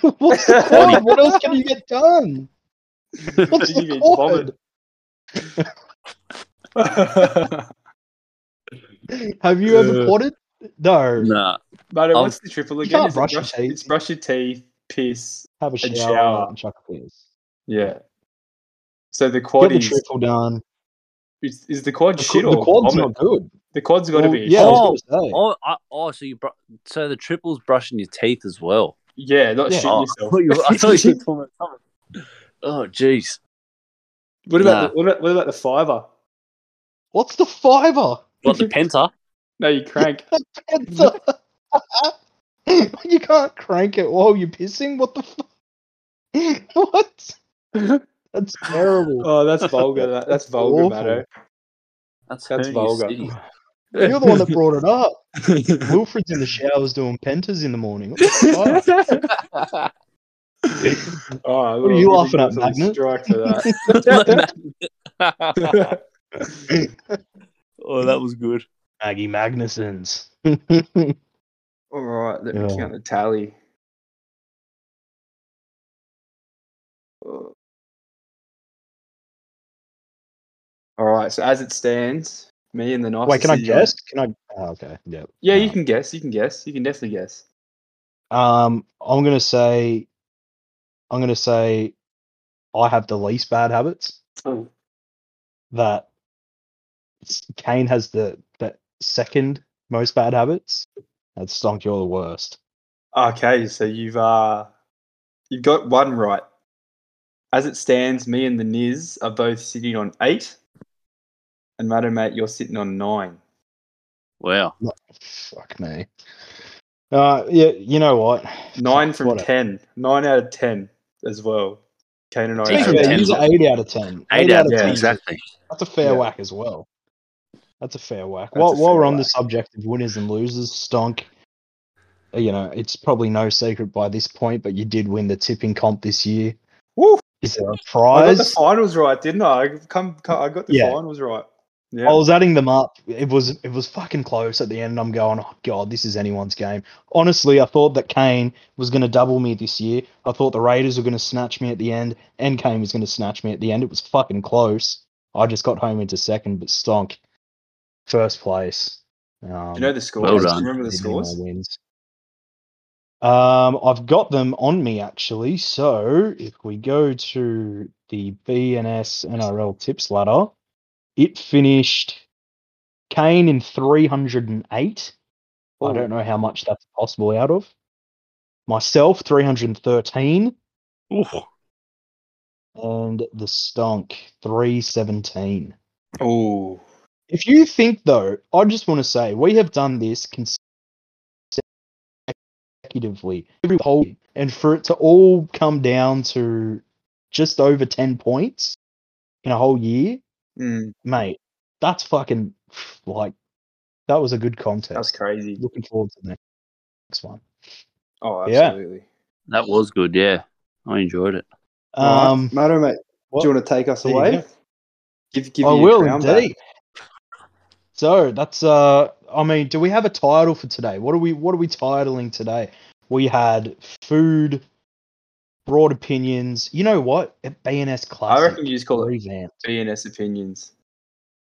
What's the quad? what else can you get done? What's
You
the
get
quad? Have you ever
Uh,
quadded? No.
Nah,
But
Um,
what's the triple
you
again?
can't
Is it
brush your teeth.
It's brush your teeth, piss.
Have a shower,
And shower.
and chuck a piss.
Yeah. So the
Get
quad
the
is,
triple done.
is is the quad
The, qu-
shit
the
or
quad's not
vomit?
good.
The quad's got to
Well,
be a
yeah, I
shit.
was gonna say.
Oh, I, oh, so you br- so the triple's brushing your teeth as well.
yeah, not
Yeah.
shitting
Oh, I
yourself.
thought you were- I thought you were talking about something. Oh, jeez.
What about,
Nah.
the, what about what about the fiver?
What's the fiver?
What the penta?
No, you crank.
It's a- you can't crank it while you're pissing. What the fuck? what? That's terrible.
Oh, that's vulgar. That, that's vulgar, Matto.
That's,
That's
Hernia
vulgar.
City.
You're the one that brought it up. Wilfred's in the showers doing pentas in the morning. What the fuck?
oh,
What are you laughing at, Magnet?
Strike for that.
oh, that was good.
Maggie Magnuson's.
All right, let
Yeah.
me count the tally. All right, so as it stands, me and the nice.
Wait, can I guess? Can I? Oh, okay. Yeah.
Yeah,
Nah.
you can guess. You can guess. You can definitely guess.
Um, I'm gonna say, I'm gonna say, I have the least bad habits.
Oh.
That s- Kane has the the second most bad habits. And Stonk, you're the worst.
Okay, so you've uh, you've got one right. As it stands, me and the Niz are both sitting on eight, and Madam Mate, you're sitting on nine.
Wow.
Fuck me. Uh, yeah, you know what?
Nine from
Whatever.
ten. Nine out of ten as well. Kane and I.
Eight
Yeah,
are
from
eight.
ten.
he's an eight out of ten.
Eight out of
yeah,
ten.
is-
Exactly.
That's a fair
Yeah.
whack as well. That's a fair whack.
That's
while
a
while
fair
we're on the
whack.
subject of winners and losers, Stonk, uh, you know, it's probably no secret by this point, but you did win the tipping comp this year.
Woo!
Is there a
I got the
prize? I,
finals right, didn't I? I Come, come I got the
Yeah.
finals right. Yeah.
was adding them up. It was it was fucking close at the end. I'm going, oh god, this is anyone's game. Honestly, I thought that Kane was going to double me this year. I thought the Raiders were going to snatch me at the end, and Kane was going to snatch me at the end. It was fucking close. I just got home into second, but Stonk, first place. Um,
Do you know the scores?
Well
Do you
done.
Remember the
Maybe more
scores?
wins. Um, I've got them on me actually. So if we go to the BNS NRL tips ladder, it finished Kane in 308. I don't know how much that's possible out of. Myself, 313, and the Stonk, 317.
Oh,
If you think though, I just want to say we have done this consecutively every whole, year, and for it to all come down to just over ten points in a whole year,
mm,
mate, that's fucking like that was a good contest.
that's crazy.
Looking forward to the next one.
Oh,
Yeah.
absolutely.
That was good. Yeah, I enjoyed it.
Um,
Matter, mate.
what-
Do you want to take us
There you
away?
go.
Give, give
I
you
will
a crown back.
Oh, indeed. So that's uh I mean, do we have a title for today? What are we what are we titling today? We had food, broad opinions. You know what? A BNS
I
classic.
reckon you just call it
revamp.
BNS opinions.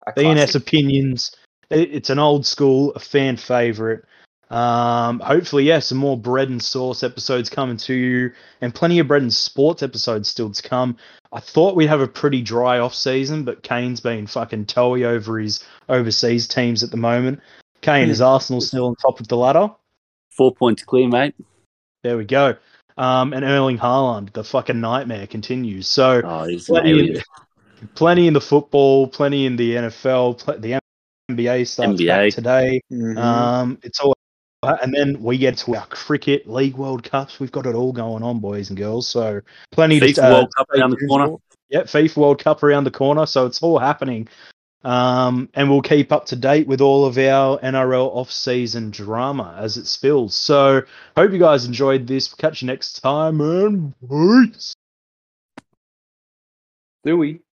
A
BNS
classic.
E opinions. It- it's an old school, a fan favorite. Um, hopefully, yeah, some more bread and sauce episodes coming to you, and plenty of bread and sports episodes still to come. I thought we'd have a pretty dry off season, but Kane's been fucking toey over his overseas teams at the moment. Kane is Arsenal still on top of the ladder.
Four points clear, mate.
There we go. Um, and Erling Haaland, the fucking nightmare continues. So
Oh, he's an
plenty,
alien.
in, plenty in the football, plenty in the NFL, pl- the NBA starts
NBA.
back today.
Mhm.
Mm-hmm.
Um, it's all, and then we get to our cricket, league World Cups. We've got it all going on, boys and girls. So plenty
FIFA
to uh,
World Cup
stay
around the
tuned
corner.
for. Yep, FIFA World Cup around the corner. So it's all happening. Um, and we'll keep up to date with all of our NRL off-season drama as it spills. So hope you guys enjoyed this. Catch you next time and peace.
Stewie.